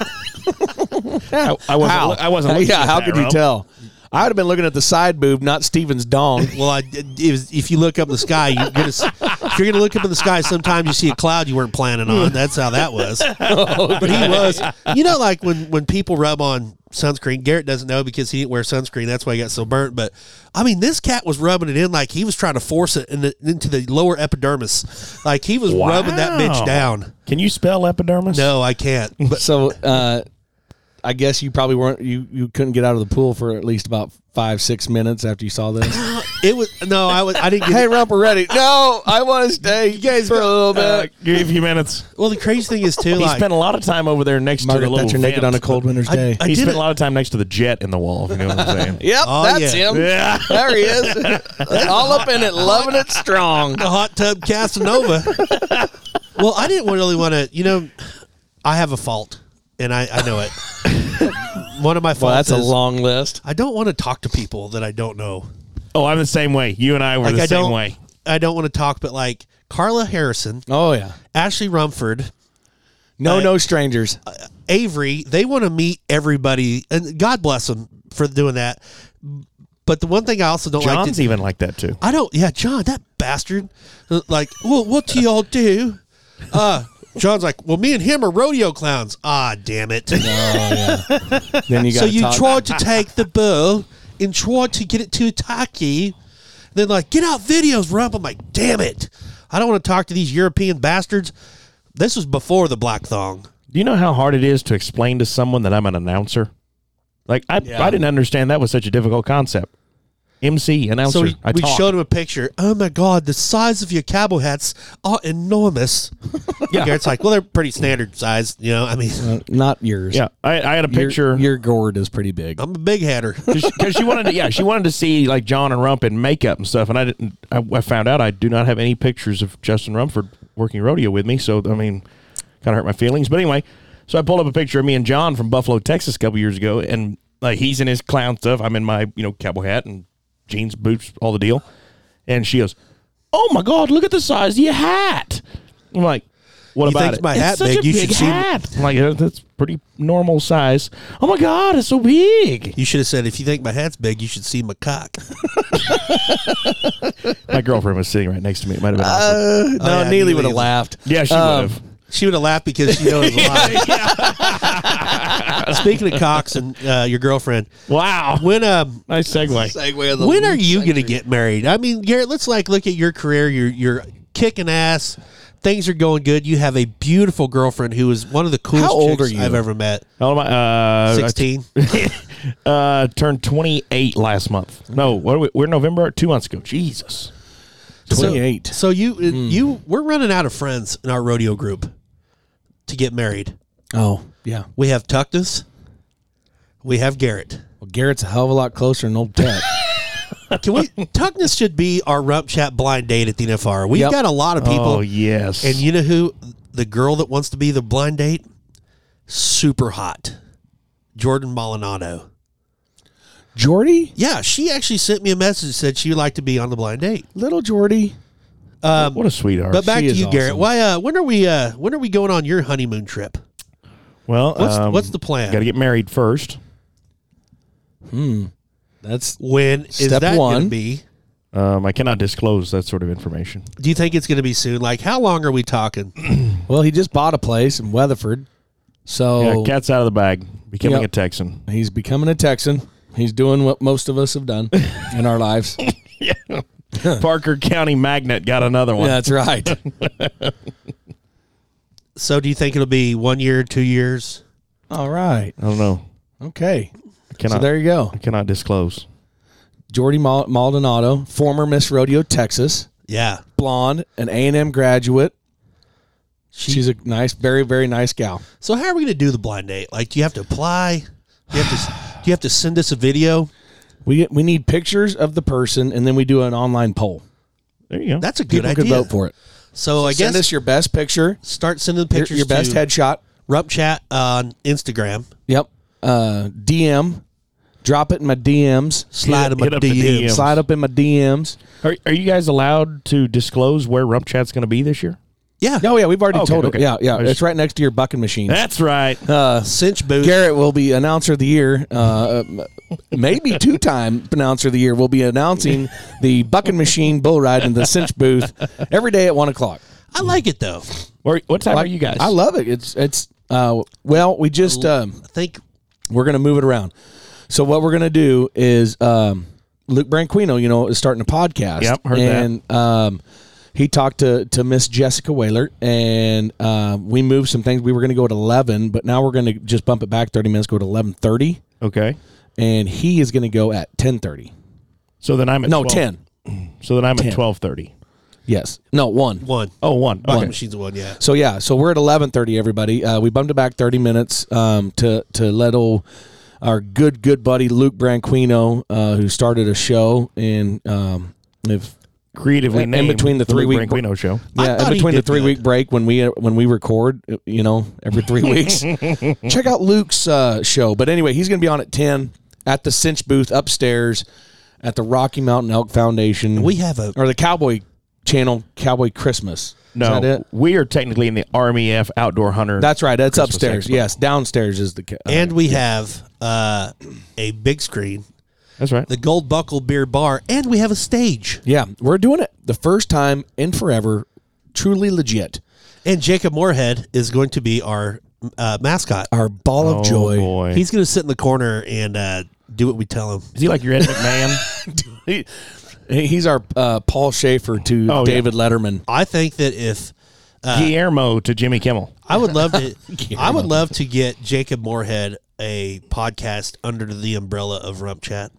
[SPEAKER 3] I, I wasn't,
[SPEAKER 1] How?
[SPEAKER 3] loo- I wasn't looking
[SPEAKER 1] yeah,
[SPEAKER 3] at
[SPEAKER 1] how
[SPEAKER 3] that,
[SPEAKER 1] could you
[SPEAKER 3] Rob.
[SPEAKER 1] tell? I would have been looking at the side boob, not Steven's dong.
[SPEAKER 2] Well, I, it was, if you look up in the sky, you're gonna, s- if you're going to look up in the sky, sometimes you see a cloud you weren't planning on. That's how that was.
[SPEAKER 1] Oh,
[SPEAKER 2] But he was, you know, like when, when people rub on sunscreen, Garrett doesn't know because he didn't wear sunscreen. That's why he got so burnt. But I mean, this cat was rubbing it in like he was trying to force it in the, into the lower epidermis. Like he was rubbing that bitch
[SPEAKER 3] Wow.
[SPEAKER 2] down.
[SPEAKER 3] Can you spell epidermis?
[SPEAKER 2] No, I can't. But
[SPEAKER 1] so uh, I guess you probably weren't you, you couldn't get out of the pool for at least about five six minutes after you saw this.
[SPEAKER 2] it was, no, I, was, I didn't get
[SPEAKER 1] hey, Rumper, ready? No, I want to stay. You guys for a little bit.
[SPEAKER 3] Uh, give you a few minutes.
[SPEAKER 2] Well, the crazy thing is, too,
[SPEAKER 3] He
[SPEAKER 2] like,
[SPEAKER 3] spent a lot of time over there next to
[SPEAKER 1] Margaret
[SPEAKER 3] the little
[SPEAKER 1] Thatcher naked
[SPEAKER 3] vent.
[SPEAKER 1] on a cold winter's day.
[SPEAKER 2] I
[SPEAKER 3] He
[SPEAKER 2] did
[SPEAKER 3] spent
[SPEAKER 2] it.
[SPEAKER 3] a lot of time next to the jet in the wall. If you know what I'm saying?
[SPEAKER 1] Yep,
[SPEAKER 2] Oh,
[SPEAKER 1] that's
[SPEAKER 2] yeah.
[SPEAKER 1] him.
[SPEAKER 3] yeah.
[SPEAKER 1] There he is. All up in it, loving it strong.
[SPEAKER 2] the hot tub Casanova. well, I didn't really want to. You know, I have a fault, and I, I know it. One of my faults
[SPEAKER 1] Well, that's a
[SPEAKER 2] is
[SPEAKER 1] long list.
[SPEAKER 2] I don't want to talk to people that I don't know.
[SPEAKER 3] Oh, I'm the same way. You and I were
[SPEAKER 2] Like
[SPEAKER 3] the
[SPEAKER 2] I
[SPEAKER 3] same
[SPEAKER 2] don't.
[SPEAKER 3] way.
[SPEAKER 2] I don't want to talk, but like Carla Harrison,
[SPEAKER 1] Oh yeah,
[SPEAKER 2] Ashley Rumford,
[SPEAKER 1] no,
[SPEAKER 2] I-
[SPEAKER 1] no strangers.
[SPEAKER 2] Avery, they want to meet everybody, and God bless them for doing that. But the one thing I also don't like to
[SPEAKER 3] John's even like that too.
[SPEAKER 2] I don't. Yeah, John, that bastard. Like, well, what do y'all do? Uh, John's like, well, me and him are rodeo clowns. Ah, damn it!
[SPEAKER 1] Then you got
[SPEAKER 2] so you tried to take the bull and tried to get it to Taki. Then like, get out videos, Rump. I'm like, damn it! I don't want to talk to these European bastards. This was before the black thong.
[SPEAKER 3] Do you know how hard it is to explain to someone that I'm an announcer? Like I, I didn't understand that was such a difficult concept. MC announcer.
[SPEAKER 2] So we,
[SPEAKER 3] Oh, I
[SPEAKER 2] we
[SPEAKER 3] talk.
[SPEAKER 2] showed him a picture. Oh my god, the size of your cowboy hats are enormous. yeah, it's like, well, they're pretty standard size. You know, I mean,
[SPEAKER 1] uh, not yours.
[SPEAKER 3] Yeah, I, I had a
[SPEAKER 1] Your-
[SPEAKER 3] picture
[SPEAKER 1] Your gourd is pretty big.
[SPEAKER 2] I'm a big hatter.
[SPEAKER 3] because she wanted to. Yeah, she wanted to see like John and Rump in makeup and stuff. And I didn't. I, I found out I do not have any pictures of Justin Rumford working rodeo with me. So I mean, kind of hurt my feelings. But anyway, so I pulled up a picture of me and John from Buffalo, Texas, a couple years ago, and like he's in his clown stuff. I'm in my you know cowboy hat and jeans, boots, all the deal. And she goes, "Oh my God, look at the size of your hat." I'm like. What
[SPEAKER 2] He
[SPEAKER 3] about
[SPEAKER 2] thinks
[SPEAKER 3] it?
[SPEAKER 2] my
[SPEAKER 3] It's
[SPEAKER 2] hat
[SPEAKER 3] such
[SPEAKER 2] big.
[SPEAKER 3] a
[SPEAKER 2] You
[SPEAKER 3] big
[SPEAKER 2] should see me-
[SPEAKER 3] hat. I'm like "Yeah, that's pretty normal size. Oh my god, it's so big.
[SPEAKER 2] You should have said, if you think my hat's big, you should see my cock.
[SPEAKER 3] My girlfriend was sitting right next to me. It might have been. awkward.
[SPEAKER 1] Uh, no,
[SPEAKER 2] yeah,
[SPEAKER 1] Neely
[SPEAKER 2] Neely
[SPEAKER 1] would have
[SPEAKER 2] is-
[SPEAKER 1] laughed.
[SPEAKER 3] yeah, she
[SPEAKER 1] um,
[SPEAKER 3] would have.
[SPEAKER 2] She would have laughed because she knows a lie. Speaking of cocks and uh, your girlfriend,
[SPEAKER 3] Wow,
[SPEAKER 2] when um,
[SPEAKER 3] nice segue.
[SPEAKER 1] Segue of the
[SPEAKER 2] when
[SPEAKER 1] week.
[SPEAKER 2] are you going to get married? I mean, Garrett, let's like look at your career. You're you're kicking ass. Things are going good. You have a beautiful girlfriend who is one of the coolest
[SPEAKER 1] How old
[SPEAKER 2] chicks
[SPEAKER 1] are you?
[SPEAKER 2] I've ever met.
[SPEAKER 3] Oh my, uh, I-
[SPEAKER 2] Sixteen.
[SPEAKER 3] uh, turned twenty eight last month. No, what are we, we're November two months ago. Jesus,
[SPEAKER 1] 28.
[SPEAKER 2] So you uh,
[SPEAKER 1] Hmm.
[SPEAKER 2] you we're running out of friends in our rodeo group to get married.
[SPEAKER 1] oh, yeah.
[SPEAKER 2] We have Tuckness. We have Garrett.
[SPEAKER 1] Well, Garrett's a hell of a lot closer than old Tech.
[SPEAKER 2] Can we? Tuckness should be our rump chat blind date at the NFR. We've
[SPEAKER 1] Yep.
[SPEAKER 2] got a lot of people,
[SPEAKER 3] oh yes,
[SPEAKER 2] and you know who? The girl that wants to be the blind date, super hot, Jordan Maldonado.
[SPEAKER 1] Jordy?
[SPEAKER 2] Yeah, she actually sent me a message said she would like to be on the blind date.
[SPEAKER 1] Little Jordy?
[SPEAKER 3] what a sweetheart.
[SPEAKER 2] But back
[SPEAKER 1] She
[SPEAKER 2] to
[SPEAKER 1] is
[SPEAKER 2] you, Garrett.
[SPEAKER 1] awesome.
[SPEAKER 2] Why? Uh, when are we? Uh, when are we going on your honeymoon trip?
[SPEAKER 3] well,
[SPEAKER 2] What's what's the plan?
[SPEAKER 3] Got to get married first.
[SPEAKER 1] That's
[SPEAKER 2] When is
[SPEAKER 1] Step
[SPEAKER 2] that going
[SPEAKER 1] one.
[SPEAKER 2] to be?
[SPEAKER 3] Um, I cannot disclose that sort of information.
[SPEAKER 2] Do you think it's going to be soon? Like, how long are we talking?
[SPEAKER 1] well, he just bought a place in Weatherford.
[SPEAKER 3] Yeah,
[SPEAKER 2] Oh.
[SPEAKER 1] So
[SPEAKER 3] cat's out of the bag. Becoming
[SPEAKER 1] Yep.
[SPEAKER 3] a Texan.
[SPEAKER 1] he's becoming a Texan. He's doing what most of us have done in our lives. Yeah,
[SPEAKER 3] Parker County magnet got another one.
[SPEAKER 1] that's right.
[SPEAKER 2] So, do you think it'll be one year, two years?
[SPEAKER 1] All right.
[SPEAKER 3] I don't know.
[SPEAKER 1] Okay.
[SPEAKER 3] I Cannot,
[SPEAKER 1] So there you go.
[SPEAKER 3] cannot disclose.
[SPEAKER 1] Jordy Mal- Maldonado, former Miss Rodeo Texas,
[SPEAKER 2] Yeah.
[SPEAKER 1] blonde, an A&M graduate. She's a nice, very, very nice gal.
[SPEAKER 2] So how are we going to do the blind date? Like, do you have to apply? Do you have to? do you have to send us a video?
[SPEAKER 1] We we need pictures of the person, and then we do an online poll.
[SPEAKER 3] There you go.
[SPEAKER 2] That's a good
[SPEAKER 1] People
[SPEAKER 2] idea.
[SPEAKER 1] could vote for it.
[SPEAKER 2] So I
[SPEAKER 1] Send
[SPEAKER 2] guess
[SPEAKER 1] us your best picture,
[SPEAKER 2] start sending
[SPEAKER 1] your,
[SPEAKER 2] pictures.
[SPEAKER 1] your best
[SPEAKER 2] to
[SPEAKER 1] headshot.
[SPEAKER 2] Rump Chat on Instagram.
[SPEAKER 1] Yep. Uh, DM. Drop it in my DMs.
[SPEAKER 2] Slide them
[SPEAKER 3] hit
[SPEAKER 2] up
[SPEAKER 3] up the
[SPEAKER 2] DMs.
[SPEAKER 3] DMs.
[SPEAKER 1] Slide up in my DMs.
[SPEAKER 3] are, are you guys allowed to disclose where Rump Chat's going to be this year?
[SPEAKER 2] Yeah.
[SPEAKER 1] Oh yeah, we've already
[SPEAKER 3] Okay,
[SPEAKER 1] told
[SPEAKER 3] okay.
[SPEAKER 1] it. Yeah, yeah.
[SPEAKER 3] I just-
[SPEAKER 1] it's right next to your bucking machine.
[SPEAKER 3] That's right.
[SPEAKER 1] Uh,
[SPEAKER 2] Cinch booth.
[SPEAKER 1] Garrett will be announcer of the year. Uh, m- maybe two time announcer of the year. will be announcing the bucking machine bull ride in the cinch booth every day at one o'clock.
[SPEAKER 2] I like it though.
[SPEAKER 3] Where- what time are you guys?
[SPEAKER 1] I love it. It's it's. Uh, well, we just um,
[SPEAKER 2] I think
[SPEAKER 1] we're gonna move it around. So what we're gonna do is um, Luke Branquino, you know, is starting a podcast.
[SPEAKER 3] Yep, heard that.
[SPEAKER 1] and, Um, he talked to to Miss Jessica Whaler, and um, we moved some things. We were gonna go at eleven, but now we're gonna just bump it back thirty minutes. Go to eleven thirty.
[SPEAKER 3] okay.
[SPEAKER 1] and he is going to go at 10:30.
[SPEAKER 3] So then I'm at
[SPEAKER 1] No,
[SPEAKER 3] 12.
[SPEAKER 1] 10.
[SPEAKER 3] So then I'm at twelve thirty.
[SPEAKER 1] Yes. No, 1.
[SPEAKER 2] one.
[SPEAKER 3] Oh, one.
[SPEAKER 2] The
[SPEAKER 3] Okay.
[SPEAKER 2] machine's one. Yeah.
[SPEAKER 1] So yeah, so we're at 11:30 everybody. Uh, we bumped it back 30 minutes um, to to let old our good good buddy Luke Branquino uh, who started a show and um, if
[SPEAKER 3] Creatively
[SPEAKER 1] In
[SPEAKER 3] named
[SPEAKER 1] between the
[SPEAKER 3] Luke
[SPEAKER 1] three-week-
[SPEAKER 3] Branquino show.
[SPEAKER 2] I
[SPEAKER 1] yeah,
[SPEAKER 2] thought
[SPEAKER 1] in
[SPEAKER 2] he
[SPEAKER 1] between the
[SPEAKER 2] did
[SPEAKER 1] three week break when we uh, when we record, uh, you know, every three weeks, check out Luke's uh, show. But anyway, he's going to be on at ten at the Cinch booth upstairs at the Rocky Mountain Elk Foundation.
[SPEAKER 2] We have a
[SPEAKER 1] or the Cowboy Channel Cowboy Christmas.
[SPEAKER 3] No,
[SPEAKER 1] Is that it?
[SPEAKER 3] we are technically in the Army F Outdoor Hunter.
[SPEAKER 1] That's right. That's
[SPEAKER 3] Christmas
[SPEAKER 1] upstairs.
[SPEAKER 3] Expo.
[SPEAKER 1] Yes, downstairs is the ca- uh,
[SPEAKER 2] and we have uh, a big screen,
[SPEAKER 3] that's right.
[SPEAKER 2] the Gold Buckle Beer Bar, and we have a stage.
[SPEAKER 1] yeah. We're doing it the first time in forever. Truly legit.
[SPEAKER 2] And Jacob Moorhead is going to be our uh, mascot.
[SPEAKER 1] Our ball of
[SPEAKER 3] oh
[SPEAKER 1] joy.
[SPEAKER 3] boy,
[SPEAKER 2] He's going to sit in the corner and uh, do what we tell him.
[SPEAKER 3] is he like your Ed McMahon?
[SPEAKER 1] He- he's our uh, Paul Schaefer to
[SPEAKER 3] Oh, yeah.
[SPEAKER 1] David Letterman.
[SPEAKER 2] I think that if
[SPEAKER 3] Guillermo to Jimmy Kimmel.
[SPEAKER 2] I would love to, I would love to get Jacob Moorhead a podcast under the umbrella of Rump Chat.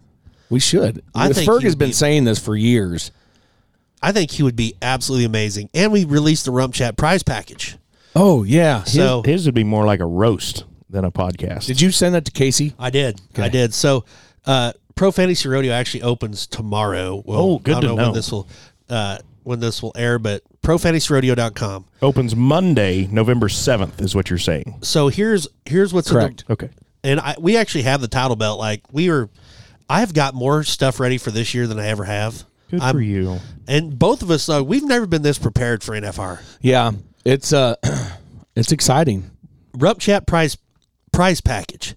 [SPEAKER 1] We should.
[SPEAKER 2] I
[SPEAKER 1] I
[SPEAKER 2] think
[SPEAKER 1] Ferg
[SPEAKER 2] he
[SPEAKER 1] has
[SPEAKER 2] would
[SPEAKER 1] been
[SPEAKER 2] be-
[SPEAKER 1] saying this for years.
[SPEAKER 2] I think he would be absolutely amazing. And we released the Rump Chat prize package.
[SPEAKER 1] Oh yeah.
[SPEAKER 2] So
[SPEAKER 3] His would be more like a roast than a podcast.
[SPEAKER 1] Did you send that to Casey?
[SPEAKER 2] I did. I did. So, uh, Pro Fantasy Rodeo actually opens tomorrow. Well,
[SPEAKER 3] Oh, good
[SPEAKER 2] I don't
[SPEAKER 3] to
[SPEAKER 2] know,
[SPEAKER 3] know.
[SPEAKER 2] when this will uh, when this will air, but profantasyrodeo.com.
[SPEAKER 3] Opens Monday, November seventh, is what you're saying.
[SPEAKER 2] So here's here's what's
[SPEAKER 1] Correct.
[SPEAKER 2] In
[SPEAKER 3] Okay.
[SPEAKER 2] the, and I, we actually have the title belt. Like we were, I've got more stuff ready for this year than I ever have.
[SPEAKER 3] Good
[SPEAKER 2] I'm-
[SPEAKER 3] for you.
[SPEAKER 2] And both of us, though, we've never been this prepared for NFR.
[SPEAKER 1] Yeah. It's uh, it's exciting.
[SPEAKER 2] Rup Chat prize prize package: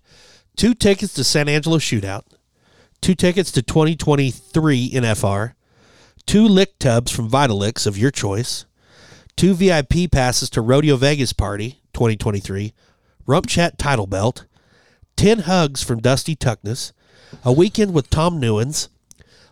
[SPEAKER 2] two tickets to San Angelo Shootout, two tickets to 2023 NFR, two lick tubs from Vitalix of your choice, two VIP passes to Rodeo Vegas Party 2023, Rump Chat title belt, ten hugs from Dusty Tuckness, a weekend with Tom Newens,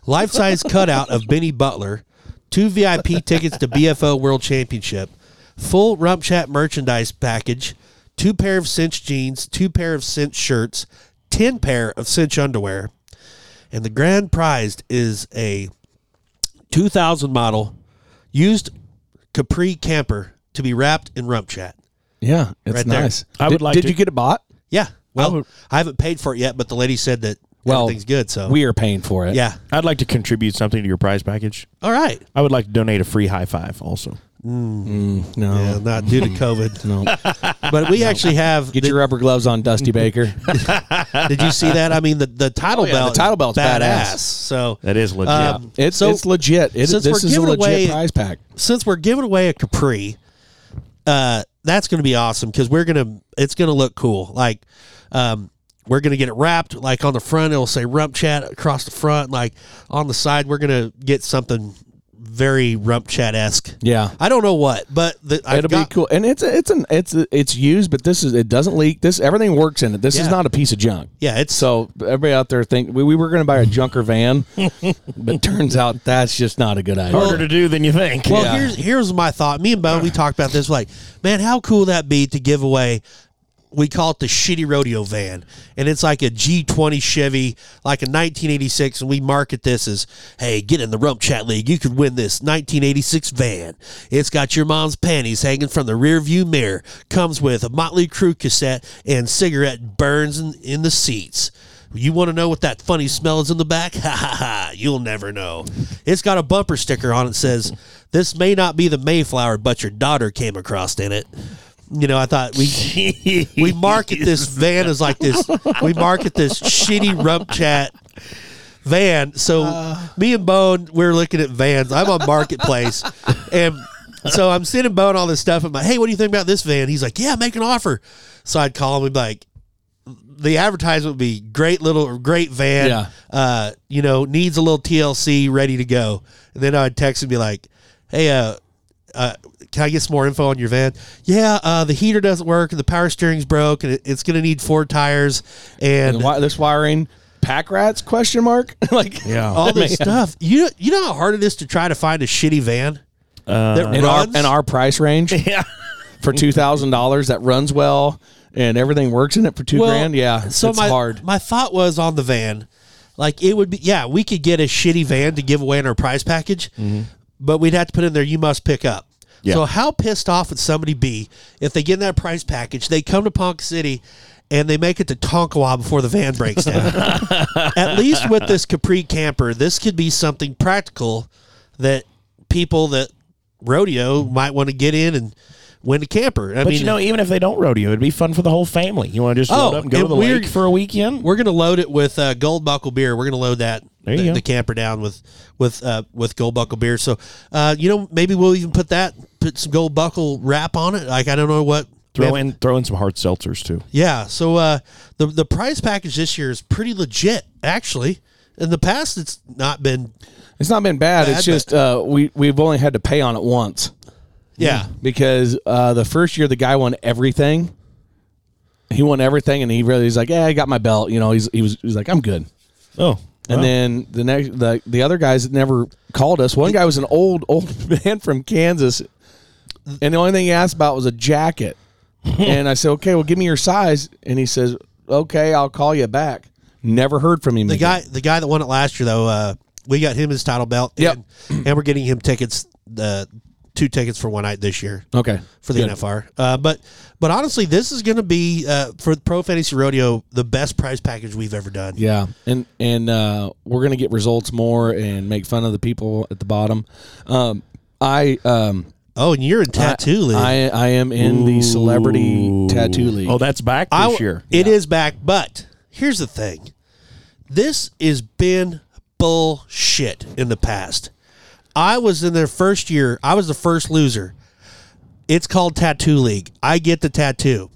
[SPEAKER 2] life size cutout of Benny Butler, two VIP tickets to BFO World Championship, full Rump Chat merchandise package, two pair of cinch jeans, two pair of cinch shirts, ten pair of cinch underwear, and the grand prize is a 2000 model used Capri camper to be wrapped in Rump Chat.
[SPEAKER 1] Yeah, it's
[SPEAKER 2] Right there.
[SPEAKER 1] nice.
[SPEAKER 3] I
[SPEAKER 1] did,
[SPEAKER 3] would like
[SPEAKER 1] Did
[SPEAKER 3] to-
[SPEAKER 1] you get it bought?
[SPEAKER 2] Yeah. Well, I,
[SPEAKER 3] I would-
[SPEAKER 2] haven't paid for it yet, but the lady said that
[SPEAKER 1] Well,
[SPEAKER 2] everything's good. So
[SPEAKER 1] We are paying for it.
[SPEAKER 2] yeah.
[SPEAKER 3] I'd like to contribute something to your prize package.
[SPEAKER 2] All right.
[SPEAKER 3] I would like to donate a free high five. Also,
[SPEAKER 1] No.
[SPEAKER 2] Yeah, not due to COVID. But we actually have.
[SPEAKER 1] Get
[SPEAKER 2] did,
[SPEAKER 1] your rubber gloves on, Dusty Baker.
[SPEAKER 2] did you see that? I mean, the, the title
[SPEAKER 1] Oh, yeah,
[SPEAKER 2] belt.
[SPEAKER 1] the title
[SPEAKER 2] is
[SPEAKER 1] belt's badass.
[SPEAKER 2] So
[SPEAKER 3] that is legit.
[SPEAKER 2] Um,
[SPEAKER 1] It's
[SPEAKER 2] So-
[SPEAKER 1] it's legit. It,
[SPEAKER 2] since
[SPEAKER 1] this
[SPEAKER 2] we're
[SPEAKER 1] is a
[SPEAKER 2] giving
[SPEAKER 1] legit
[SPEAKER 2] away-
[SPEAKER 1] prize pack.
[SPEAKER 2] since we're giving away a Capri, uh, that's going to be awesome because we're gonna it's gonna look cool. Like, um, we're gonna get it wrapped like on the front. It'll say Rump Chat across the front. Like on the side, we're gonna get something very Rump Chat esque.
[SPEAKER 1] Yeah.
[SPEAKER 2] I don't know what, but the, I've
[SPEAKER 1] It'll
[SPEAKER 2] got-
[SPEAKER 1] be cool, and it's a, it's an it's a, it's used, but this is it doesn't leak. This everything works in it. This
[SPEAKER 2] Yeah.
[SPEAKER 1] is not a piece of junk.
[SPEAKER 2] Yeah, it's
[SPEAKER 1] So everybody out there think we, we were going to buy a junker van, but turns out that's just not a good idea.
[SPEAKER 3] Harder to do than you think.
[SPEAKER 2] Well,
[SPEAKER 1] Yeah.
[SPEAKER 2] here's here's my thought. Me and Bo, we talked about this. Like, man, how cool would that be to give away we call it the shitty rodeo van, and it's like a G20 Chevy, like a 1986, and we market this as, hey, get in the Rump Chat League, you could win this 1986 van. It's got your mom's panties hanging from the rear view mirror, comes with a Motley Crue cassette and cigarette burns in, in the seats. You want to know what that funny smell is in the back? Ha ha ha. You'll never know. It's got a bumper sticker on it that says, This may not be the Mayflower, but your daughter came across in it. You know, I thought we we market this van as like this. We market this shitty rump chat van. So me and Bone, we're looking at vans. I'm on marketplace, and so I'm sending Bone all this stuff. I'm like, hey, what do you think about this van? He's like, yeah, make an offer. So I'd call him and be like, the advertisement would be great little or great van.
[SPEAKER 1] Yeah.
[SPEAKER 2] Uh, you know, needs a little TLC, ready to go. And then I'd text and be like, hey, uh. Uh, can I get some more info on your van? Yeah, uh, the heater doesn't work and the power steering's broke and it, it's going to need four tires. And
[SPEAKER 1] And why this wiring pack rats question mark
[SPEAKER 2] Uh,
[SPEAKER 1] like
[SPEAKER 3] Yeah.
[SPEAKER 2] all this stuff. You you know how hard it is to try to find a shitty van that
[SPEAKER 1] in our
[SPEAKER 2] runs?
[SPEAKER 1] in our price range
[SPEAKER 3] yeah.
[SPEAKER 1] for two thousand dollars that runs well and everything works in it for two
[SPEAKER 2] Well,
[SPEAKER 1] grand yeah
[SPEAKER 2] so
[SPEAKER 1] it's
[SPEAKER 2] my,
[SPEAKER 1] hard
[SPEAKER 2] My thought was on the van, like it would be. Yeah, we could get a shitty van to give away in our prize package, but we'd have to put in there. You must pick up.
[SPEAKER 3] Mm-hmm. Yeah.
[SPEAKER 2] So how pissed off would somebody be if they get in that prize package? They come to Ponca City. And they make it to Tonkawa before the van breaks down. At least with this Capri camper, this could be something practical that people that rodeo might want to get in and win a camper. I
[SPEAKER 3] But
[SPEAKER 2] mean,
[SPEAKER 3] you know, even if they don't rodeo, it'd be fun for the whole family. You want to just load
[SPEAKER 2] Oh,
[SPEAKER 3] up and go
[SPEAKER 2] and
[SPEAKER 3] to the
[SPEAKER 2] we're-
[SPEAKER 3] lake for a weekend?
[SPEAKER 2] We're gonna load it with uh, gold buckle beer. We're gonna load that
[SPEAKER 3] There you
[SPEAKER 2] the,
[SPEAKER 3] go.
[SPEAKER 2] the camper down with with uh, with gold buckle beer. So uh, you know maybe we'll even put that put some gold buckle wrap on it. Like I don't know what.
[SPEAKER 3] Throw in throw in some hard seltzers too.
[SPEAKER 2] Yeah. So uh, the the prize package this year is pretty legit actually. In the past, it's not been.
[SPEAKER 1] it's not been bad,
[SPEAKER 2] Bad,
[SPEAKER 1] it's just uh, we we've only had to pay on it once
[SPEAKER 2] Yeah.
[SPEAKER 1] because uh, the first year the guy won everything he won everything and he really he's like yeah I got my belt you know he's he was he's like I'm good And
[SPEAKER 3] Oh.
[SPEAKER 2] Uh-huh.
[SPEAKER 3] wow.
[SPEAKER 1] then the next, the the other guys that never called us. One guy was an old old man from Kansas, and the only thing he asked about was a jacket. and I said, "Okay, well, give me your size." And he says, "Okay, I'll call you back." Never heard from him.
[SPEAKER 2] The guy the guy that won it last year though, uh, we got him his title belt.
[SPEAKER 1] Yep.
[SPEAKER 2] And, and we're getting him tickets. The two tickets for one night this year.
[SPEAKER 1] Okay.
[SPEAKER 2] for the
[SPEAKER 1] Good.
[SPEAKER 2] NFR. Uh, but but honestly, this is going to be uh, for Pro Fantasy Rodeo the best prize package we've ever done.
[SPEAKER 1] Yeah, and and uh, we're gonna get results more and make fun of the people at the bottom. Um, I um
[SPEAKER 2] Oh, and you're in tattoo league. I,
[SPEAKER 1] I I am in the celebrity tattoo league.
[SPEAKER 3] Oh, that's back this year.
[SPEAKER 2] It is back, but here's the thing: this has been bullshit in the past. I was in their first year. I was the first loser. It's called Tattoo League. I get the tattoo.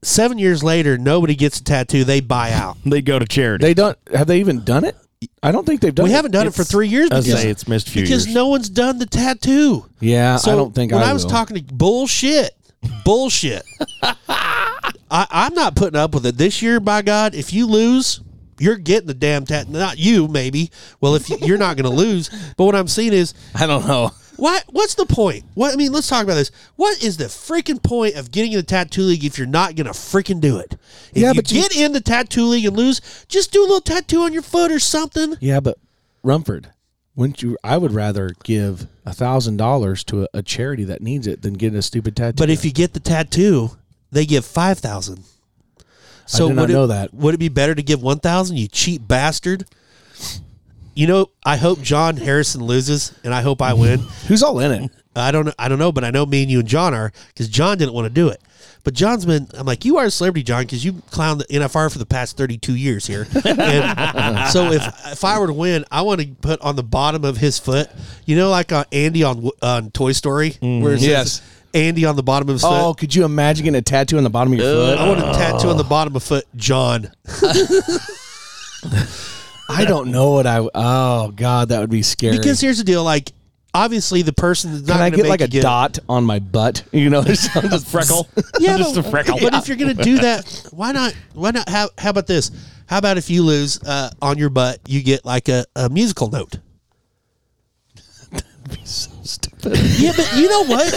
[SPEAKER 2] Seven years later, nobody gets a tattoo. They buy out.
[SPEAKER 3] They go to charity.
[SPEAKER 1] they don't have they even done it? I don't think they've done.
[SPEAKER 2] We
[SPEAKER 1] it.
[SPEAKER 2] haven't done it for three years.
[SPEAKER 3] I
[SPEAKER 2] because-
[SPEAKER 3] say it's missed few
[SPEAKER 2] because
[SPEAKER 3] years.
[SPEAKER 2] no one's done the tattoo.
[SPEAKER 1] Yeah, I don't think
[SPEAKER 2] when
[SPEAKER 1] I,
[SPEAKER 2] I, was
[SPEAKER 1] will.
[SPEAKER 2] talking to bullshit, bullshit. I, I'm not putting up with it this year. By God, if you lose, you're getting the damn tattoo. Not you, maybe. Well, if you- you're not going to lose, but what I'm seeing is
[SPEAKER 1] I don't know.
[SPEAKER 2] what? What's the point? What I mean, let's talk about this. What is the freaking point of getting in the tattoo league if you're not going to freaking do it? If
[SPEAKER 1] Yeah,
[SPEAKER 2] you
[SPEAKER 1] but you-
[SPEAKER 2] get in the tattoo league and lose, just do a little tattoo on your foot or something.
[SPEAKER 1] Yeah, but Rumford, wouldn't you? I would rather give a thousand dollars to a, a charity that needs it than get a stupid tattoo.
[SPEAKER 2] But if you get the tattoo, they give five thousand. So
[SPEAKER 1] did not
[SPEAKER 2] would it-
[SPEAKER 1] know that.
[SPEAKER 2] Would it be better to give one thousand? You cheap bastard. You know, I hope John Harrison loses, and I hope I win.
[SPEAKER 1] who's all in it?
[SPEAKER 2] I don't, I don't know, but I know me and you and John are because John didn't want to do it. But John's been, I'm like, you are a celebrity, John, because you clowned the NFR for the past 32 years here. And so if if I were to win, I want to put on the bottom of his foot, you know, like uh, Andy on on Toy Story, where it says
[SPEAKER 1] Yes.
[SPEAKER 2] Andy on the bottom of his foot.
[SPEAKER 1] Oh, could you imagine getting a tattoo on the bottom of your
[SPEAKER 2] I
[SPEAKER 1] foot?
[SPEAKER 2] want a tattoo
[SPEAKER 1] Oh.
[SPEAKER 2] on the bottom of foot, John.
[SPEAKER 1] I don't know what I. Oh God, that would be scary.
[SPEAKER 2] Because here's the deal: like, obviously, the person that's not
[SPEAKER 1] can I
[SPEAKER 2] going to
[SPEAKER 1] get
[SPEAKER 2] make
[SPEAKER 1] like
[SPEAKER 2] you
[SPEAKER 1] a dot on my butt? You know, it's just freckle.
[SPEAKER 2] Yeah,
[SPEAKER 3] Just
[SPEAKER 2] but,
[SPEAKER 3] a freckle.
[SPEAKER 2] But if you're going to do that, why not? Why not? How, how about this? How about if you lose uh, on your butt, you get like a, a musical note.
[SPEAKER 1] Stupid.
[SPEAKER 2] Yeah, but you know what?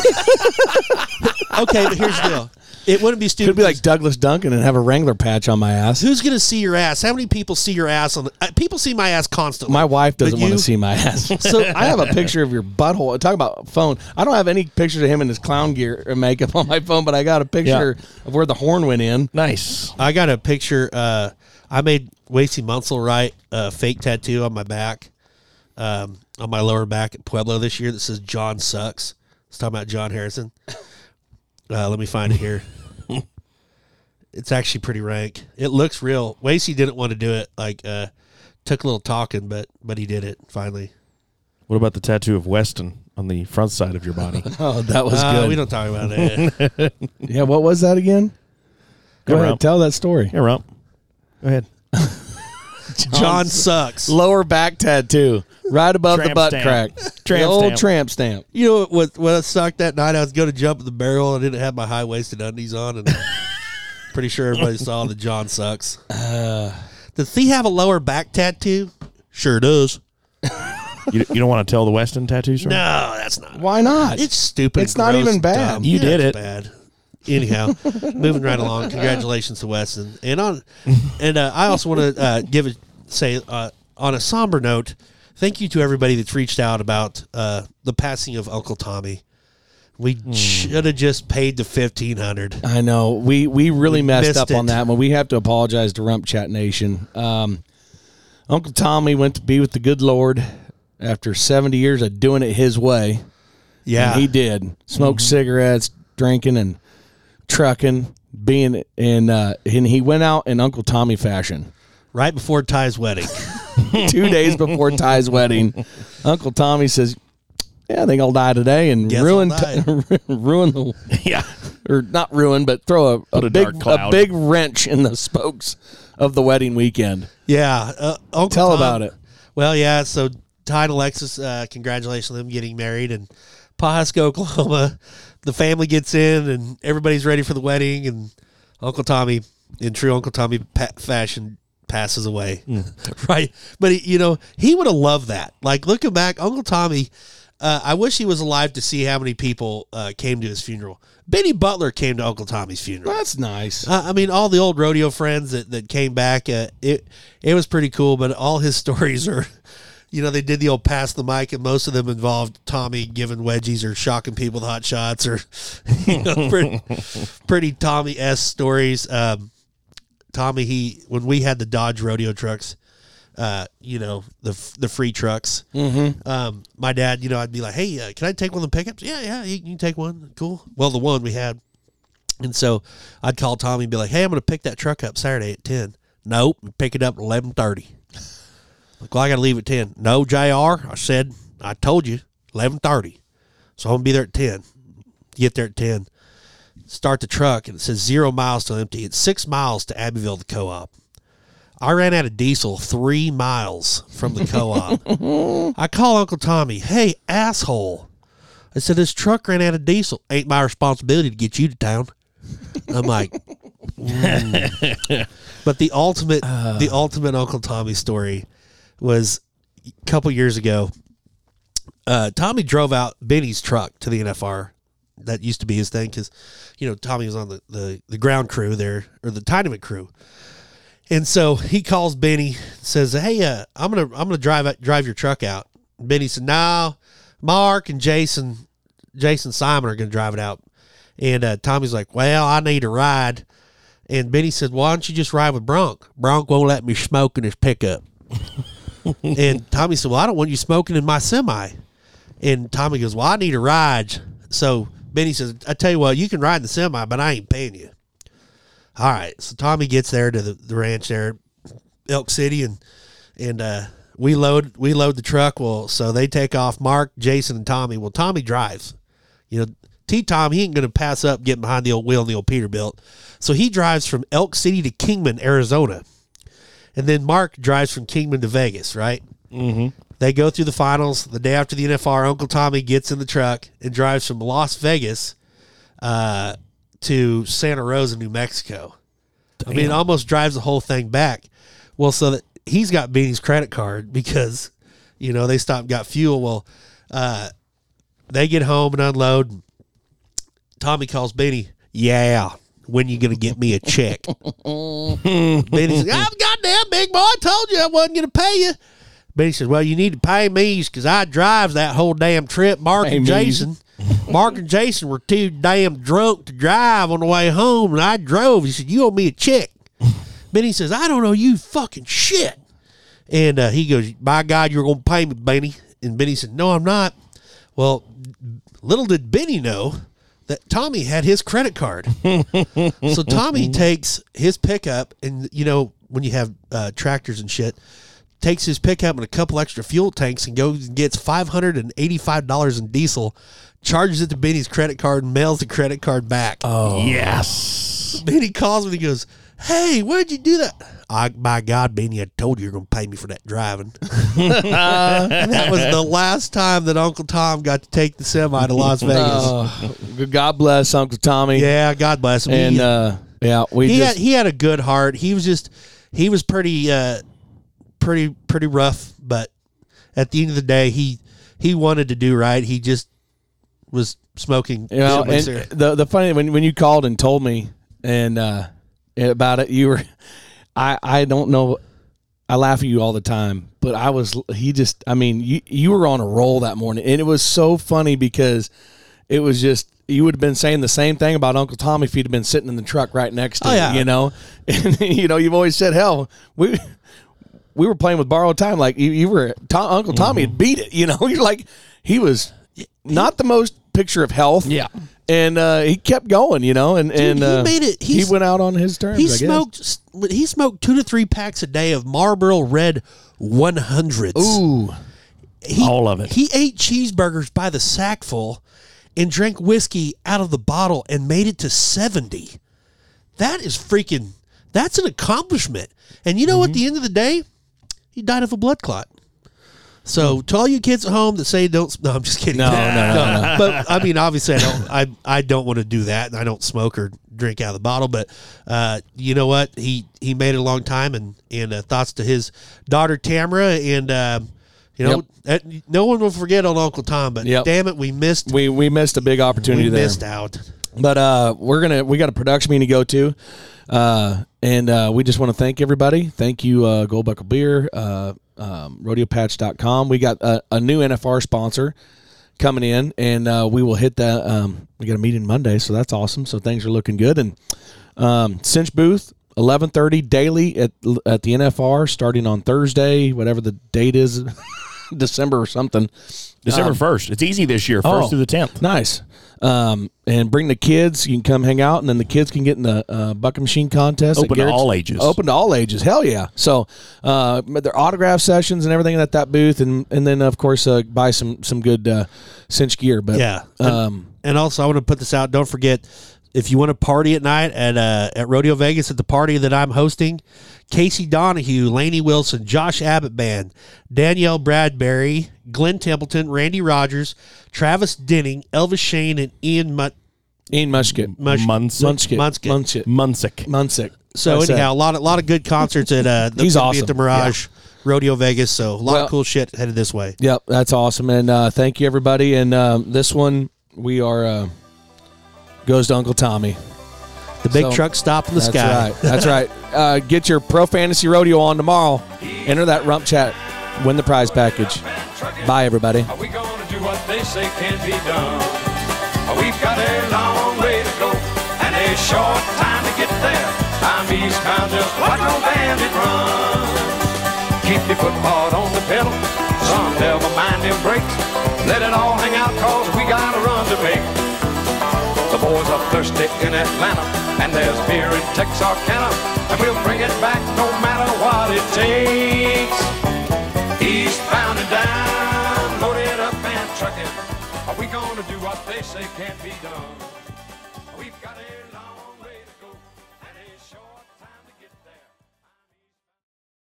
[SPEAKER 2] okay, but here's the deal. It wouldn't be stupid.
[SPEAKER 1] Could be like
[SPEAKER 2] 'cause
[SPEAKER 1] Douglas Duncan and have a Wrangler patch on my ass.
[SPEAKER 2] who's going to see your ass? How many people see your ass on? The, uh, people see my ass constantly.
[SPEAKER 1] My wife doesn't
[SPEAKER 2] But
[SPEAKER 1] want
[SPEAKER 2] you-
[SPEAKER 1] to see my ass. So I have a picture of your butthole. Talk about phone. I don't have any pictures of him in his clown gear or makeup on my phone, but I got a picture of where the horn went in.
[SPEAKER 3] Nice.
[SPEAKER 2] I got a picture. Uh, I made Wasey Munsell write a fake tattoo on my back, um, on my lower back at Pueblo this year that says John sucks. It's talking about John Harrison. Uh, let me find it here. it's actually pretty rank. It looks real. Wasey didn't want to do it. Like, uh, took a little talking, but but he did it finally.
[SPEAKER 3] What about the tattoo of Weston on the front side of your body?
[SPEAKER 1] Oh, that was
[SPEAKER 2] Uh,
[SPEAKER 1] good.
[SPEAKER 2] we don't talk about it.
[SPEAKER 1] yeah, what was that again? Go
[SPEAKER 3] Yeah,
[SPEAKER 1] ahead,
[SPEAKER 3] Rump.
[SPEAKER 1] tell that story.
[SPEAKER 3] yeah, Rump. Go ahead.
[SPEAKER 2] John sucks.
[SPEAKER 1] Lower back tattoo, right above the
[SPEAKER 3] Tramp
[SPEAKER 1] butt
[SPEAKER 3] stamp.
[SPEAKER 1] crack.
[SPEAKER 3] Tramp
[SPEAKER 1] the old
[SPEAKER 3] stamp.
[SPEAKER 1] tramp stamp.
[SPEAKER 2] You know what? When I sucked that night, I was going to jump in the barrel. I didn't have my high waisted undies on, and pretty sure everybody saw that John sucks. Does he have a lower back tattoo? Sure does.
[SPEAKER 3] You, you don't want to tell the Weston tattoo story?
[SPEAKER 2] No, Oh, that's not.
[SPEAKER 1] Why not?
[SPEAKER 2] It's stupid.
[SPEAKER 1] It's not
[SPEAKER 2] gross,
[SPEAKER 1] even bad.
[SPEAKER 2] dumb.
[SPEAKER 3] You did
[SPEAKER 2] it's
[SPEAKER 3] it.
[SPEAKER 2] Bad. Anyhow, moving right along. Congratulations to Weston. And on, and uh, I also want to uh, give a say uh, on a somber note. Thank you to everybody that's reached out about uh, the passing of Uncle Tommy. We
[SPEAKER 3] Hmm.
[SPEAKER 2] should have just paid the fifteen hundred.
[SPEAKER 3] Uh,
[SPEAKER 1] I know we we really messed
[SPEAKER 2] missed
[SPEAKER 1] up on
[SPEAKER 2] it.
[SPEAKER 1] that one. We have to apologize to Rump Chat Nation. Um, Uncle Tommy went to be with the good Lord after seventy years of doing it his way.
[SPEAKER 2] Yeah, Mm-hmm.
[SPEAKER 1] And he did. Smoked cigarettes, drinking, and trucking, being and uh, and he went out in Uncle Tommy fashion.
[SPEAKER 2] right before Ty's wedding.
[SPEAKER 1] Two days before Ty's wedding, Uncle Tommy says, "Yeah, I think I'll die today and
[SPEAKER 2] Guess I'll
[SPEAKER 1] ruin
[SPEAKER 2] die.
[SPEAKER 1] ruin the
[SPEAKER 3] Yeah.
[SPEAKER 1] or not ruin, but throw a, a
[SPEAKER 3] a dark
[SPEAKER 1] big a
[SPEAKER 3] cloud.
[SPEAKER 1] big wrench in the spokes of the wedding weekend.
[SPEAKER 2] yeah, uh, Uncle
[SPEAKER 1] Tell
[SPEAKER 2] Tom-
[SPEAKER 1] about it.
[SPEAKER 2] Well, yeah. So Ty and Alexis, uh, congratulations on them getting married in Pawhuska, Oklahoma. The family gets in, and everybody's ready for the wedding. And Uncle Tommy, in true Uncle Tommy pa- fashion, passes away.
[SPEAKER 1] Hmm.
[SPEAKER 2] right, but he, you know he would have loved that. Like looking back, Uncle Tommy. Uh, I wish he was alive to see how many people uh, came to his funeral. Benny Butler came to Uncle Tommy's funeral.
[SPEAKER 1] That's nice.
[SPEAKER 2] I, I mean, all the old rodeo friends that, that came back, uh, it it was pretty cool. But all his stories are, you know, they did the old pass the mic, and most of them involved Tommy giving wedgies or shocking people with hot shots or, you know, pretty, pretty Tommy s stories. Um, Tommy, he when we had the Dodge rodeo trucks, uh, you know, the f- the free trucks. Mm-hmm. Um, my dad, you know, I'd be like, hey, uh, can I take one of the pickups? Yeah, yeah, you can take one. Cool. Well, the one we had. And so I'd call Tommy and be like, "Hey, I'm going to pick that truck up Saturday at 10." Nope, pick it up at 11:30. Like, well, I got to leave at 10. No, Jr. I said I told you 11:30, so I'm gonna be there at 10. Get there at 10. Start the truck, and it says zero miles to empty. It's six miles to Abbeville, the co-op. I ran out of diesel three miles from the co-op. I call Uncle Tommy. Hey, asshole! I said this truck ran out of diesel. Ain't my responsibility to get you to town. I'm like, mm. but the ultimate, the ultimate Uncle Tommy story was a couple years ago. Uh, Tommy drove out Benny's truck to the NFR. That used to be his thing because, you know, Tommy was on the, the, the ground crew there or the Dynamic crew. And so he calls Benny, says, "Hey, uh, I'm gonna I'm gonna drive out- drive your truck out." Benny said, "No, Mark and Jason, Jason Simon are gonna drive it out." And uh, Tommy's like, "Well, I need a ride." And Benny said, "Why don't you just ride with Bronk? Bronk won't let me smoke in his pickup." and Tommy said, "Well, I don't want you smoking in my semi." And Tommy goes, "Well, I need a ride." So Benny says, "I tell you what, you can ride in the semi, but I ain't paying you." All right. So Tommy gets there to the, the ranch there, Elk City, and and uh, we load we load the truck. Well, so they take off. Mark, Jason, and Tommy. Well, Tommy drives. You know, T Tom he ain't gonna pass up getting behind the old wheel and the old Peterbilt. So he drives from Elk City to Kingman, Arizona, and then Mark drives from Kingman to Vegas. Right. Mm-hmm. They go through the finals the day after the NFR. Uncle Tommy gets in the truck and drives from Las Vegas uh, to Santa Rosa, New Mexico. I mean, almost drives the whole thing back. Well, so that he's got Beatty's credit card because, you know, they stopped and got fuel. Well, uh, they get home and unload. Tommy calls Beanie. Yeah, When you gonna get me a check? Benny's like, oh, goddamn big boy, I told you I wasn't gonna pay you. Benny says, Well, you need to pay me because I drives that whole damn trip. Mark
[SPEAKER 1] Pay
[SPEAKER 2] and
[SPEAKER 1] me's.
[SPEAKER 2] Jason. Mark and Jason were too damn drunk to drive on the way home, and I drove. He said, You owe me a check. Benny says, I don't owe you fucking shit. And uh, he goes, By God, you're going to pay me, Benny. And Benny said, No, I'm not. Well, little did Benny know that Tommy had his credit card. so Tommy takes his pickup, and you know, when you have uh, tractors and shit, takes his pickup and a couple extra fuel tanks and goes and gets $585 in diesel, charges it to Benny's credit card, and mails the credit card back.
[SPEAKER 3] Oh. Yes.
[SPEAKER 2] Benny calls me. and He goes, "Hey, where'd you do that?" I, by God, Benny, I told you you're gonna pay me for that driving. and that was the last time that Uncle Tom got to take the semi to Las Vegas.
[SPEAKER 1] Oh, God bless Uncle Tommy.
[SPEAKER 2] Uh, yeah, God bless him.
[SPEAKER 1] And
[SPEAKER 2] he,
[SPEAKER 1] uh, yeah, we
[SPEAKER 2] he
[SPEAKER 1] just
[SPEAKER 2] had he had a good heart. He was just he was pretty uh, pretty pretty rough, but at the end of the day, he he wanted to do right. He just was smoking.
[SPEAKER 1] you know,
[SPEAKER 2] shit
[SPEAKER 1] and
[SPEAKER 2] cigarette.
[SPEAKER 1] the the funny when when you called and told me and uh about it, you were I I don't know. I laugh at you all the time, but I was he just I mean you you were on a roll that morning, and it was so funny because it was just you would have been saying the same thing about Uncle Tom if he'd have been sitting in the truck right next to
[SPEAKER 2] Oh,
[SPEAKER 1] him,
[SPEAKER 2] yeah.
[SPEAKER 1] you know, and you know you've always said hell we. We were playing with borrowed time, like you, you were. Tom, Uncle
[SPEAKER 2] Mm-hmm.
[SPEAKER 1] Tommy had beat it, you know. You're like, he was not the most picture of health.
[SPEAKER 4] Yeah.
[SPEAKER 1] and uh, he kept going, you know, and and
[SPEAKER 2] he
[SPEAKER 1] uh,
[SPEAKER 2] made it.
[SPEAKER 1] He
[SPEAKER 2] He's-
[SPEAKER 1] went out on his terms.
[SPEAKER 2] He
[SPEAKER 1] I guess.
[SPEAKER 2] smoked. s- He smoked two to three packs a day of Marlboro Red 100s.
[SPEAKER 1] Ooh,
[SPEAKER 2] he,
[SPEAKER 4] all of it.
[SPEAKER 2] He ate cheeseburgers by the sackful, and drank whiskey out of the bottle, and made it to seventy. That is freaking. That's an accomplishment. And you know,
[SPEAKER 1] Mm-hmm.
[SPEAKER 2] at the end of the day, he died of a blood clot. So to all you kids at home that say don't, s- no, I'm just kidding.
[SPEAKER 1] No, no, no,
[SPEAKER 2] But I mean, obviously, I don't. I I don't want to do that, and I don't smoke or drink out of the bottle. But uh, you know what? He he made it a long time, and and uh, thoughts to his daughter Tamara, and um, you know, that, no one will forget on Uncle Tom. But
[SPEAKER 1] Yep.
[SPEAKER 2] damn it, we missed.
[SPEAKER 1] we we missed a big opportunity
[SPEAKER 2] We
[SPEAKER 1] there.
[SPEAKER 2] missed out.
[SPEAKER 1] But uh, we're gonna we got a production meeting to go to, uh, and uh, we just want to thank everybody. Thank you, uh, Gold Buckle Beer, uh, um, RodeoPatch.com. We got a, a new NFR sponsor coming in, and uh, we will hit that. Um, we got a meeting Monday, so that's awesome. So things are looking good, and um, Cinch Booth. 11:30 daily at at the NFR starting on Thursday, whatever the date is, December or something.
[SPEAKER 3] December first. It's easy this year. First
[SPEAKER 1] Oh.
[SPEAKER 3] through the tenth.
[SPEAKER 1] Nice. Um, and bring the kids. You can come hang out, and then the kids can get in the uh, bucket machine contest. at
[SPEAKER 3] Open to
[SPEAKER 1] Garrett's-
[SPEAKER 3] all ages.
[SPEAKER 1] Open to all ages. Hell yeah! So uh, their autograph sessions and everything at that booth, and and then of course uh, buy some some good uh, cinch gear. But
[SPEAKER 2] Yeah.
[SPEAKER 1] um,
[SPEAKER 2] And also, I want to put this out. Don't forget, if you want to party at night at uh, at Rodeo Vegas at the party that I'm hosting, Casey Donahue, Laney Wilson, Josh Abbott Band, Danielle Bradbury, Glenn Templeton, Randy Rogers, Travis Denning, Elvis Shane, and Ian Mut-
[SPEAKER 1] Ian Muskett,
[SPEAKER 2] Mush-
[SPEAKER 3] Munson.
[SPEAKER 1] Munskett, Munskett,
[SPEAKER 2] Munskett.
[SPEAKER 3] Munsick.
[SPEAKER 1] Munsick.
[SPEAKER 2] So
[SPEAKER 1] That's
[SPEAKER 2] anyhow, a lot of, lot of good concerts at uh, the,
[SPEAKER 1] He's
[SPEAKER 2] gonna be
[SPEAKER 1] awesome.
[SPEAKER 2] at the Mirage Rodeo Vegas. So a lot
[SPEAKER 1] Well-
[SPEAKER 2] of cool shit headed this way.
[SPEAKER 1] it. Yep, that's awesome, and uh, thank you everybody. And um, this one we are uh, goes to Uncle Tommy.
[SPEAKER 2] The big
[SPEAKER 1] So-
[SPEAKER 2] truck stop in the
[SPEAKER 1] That's
[SPEAKER 2] sky.
[SPEAKER 1] right. That's right. Uh, get your pro fantasy rodeo on tomorrow. Enter that rump chat. Win the prize package. Bye, everybody.
[SPEAKER 5] Are we gonna do what they say can't be done? We've got a long way to go and a short time to get there. I'm eastbound, just watch no bandit run. Keep your foot hard on the pedal, son, never mind them brakes. Let it all hang out, cause we got a run to make. The boys are thirsty in Atlanta, and there's beer in Texarkana, and we'll bring it back no matter what it takes. Eastbound and down, loaded up and trucking. Are we gonna do what they say can't be done? We've got a long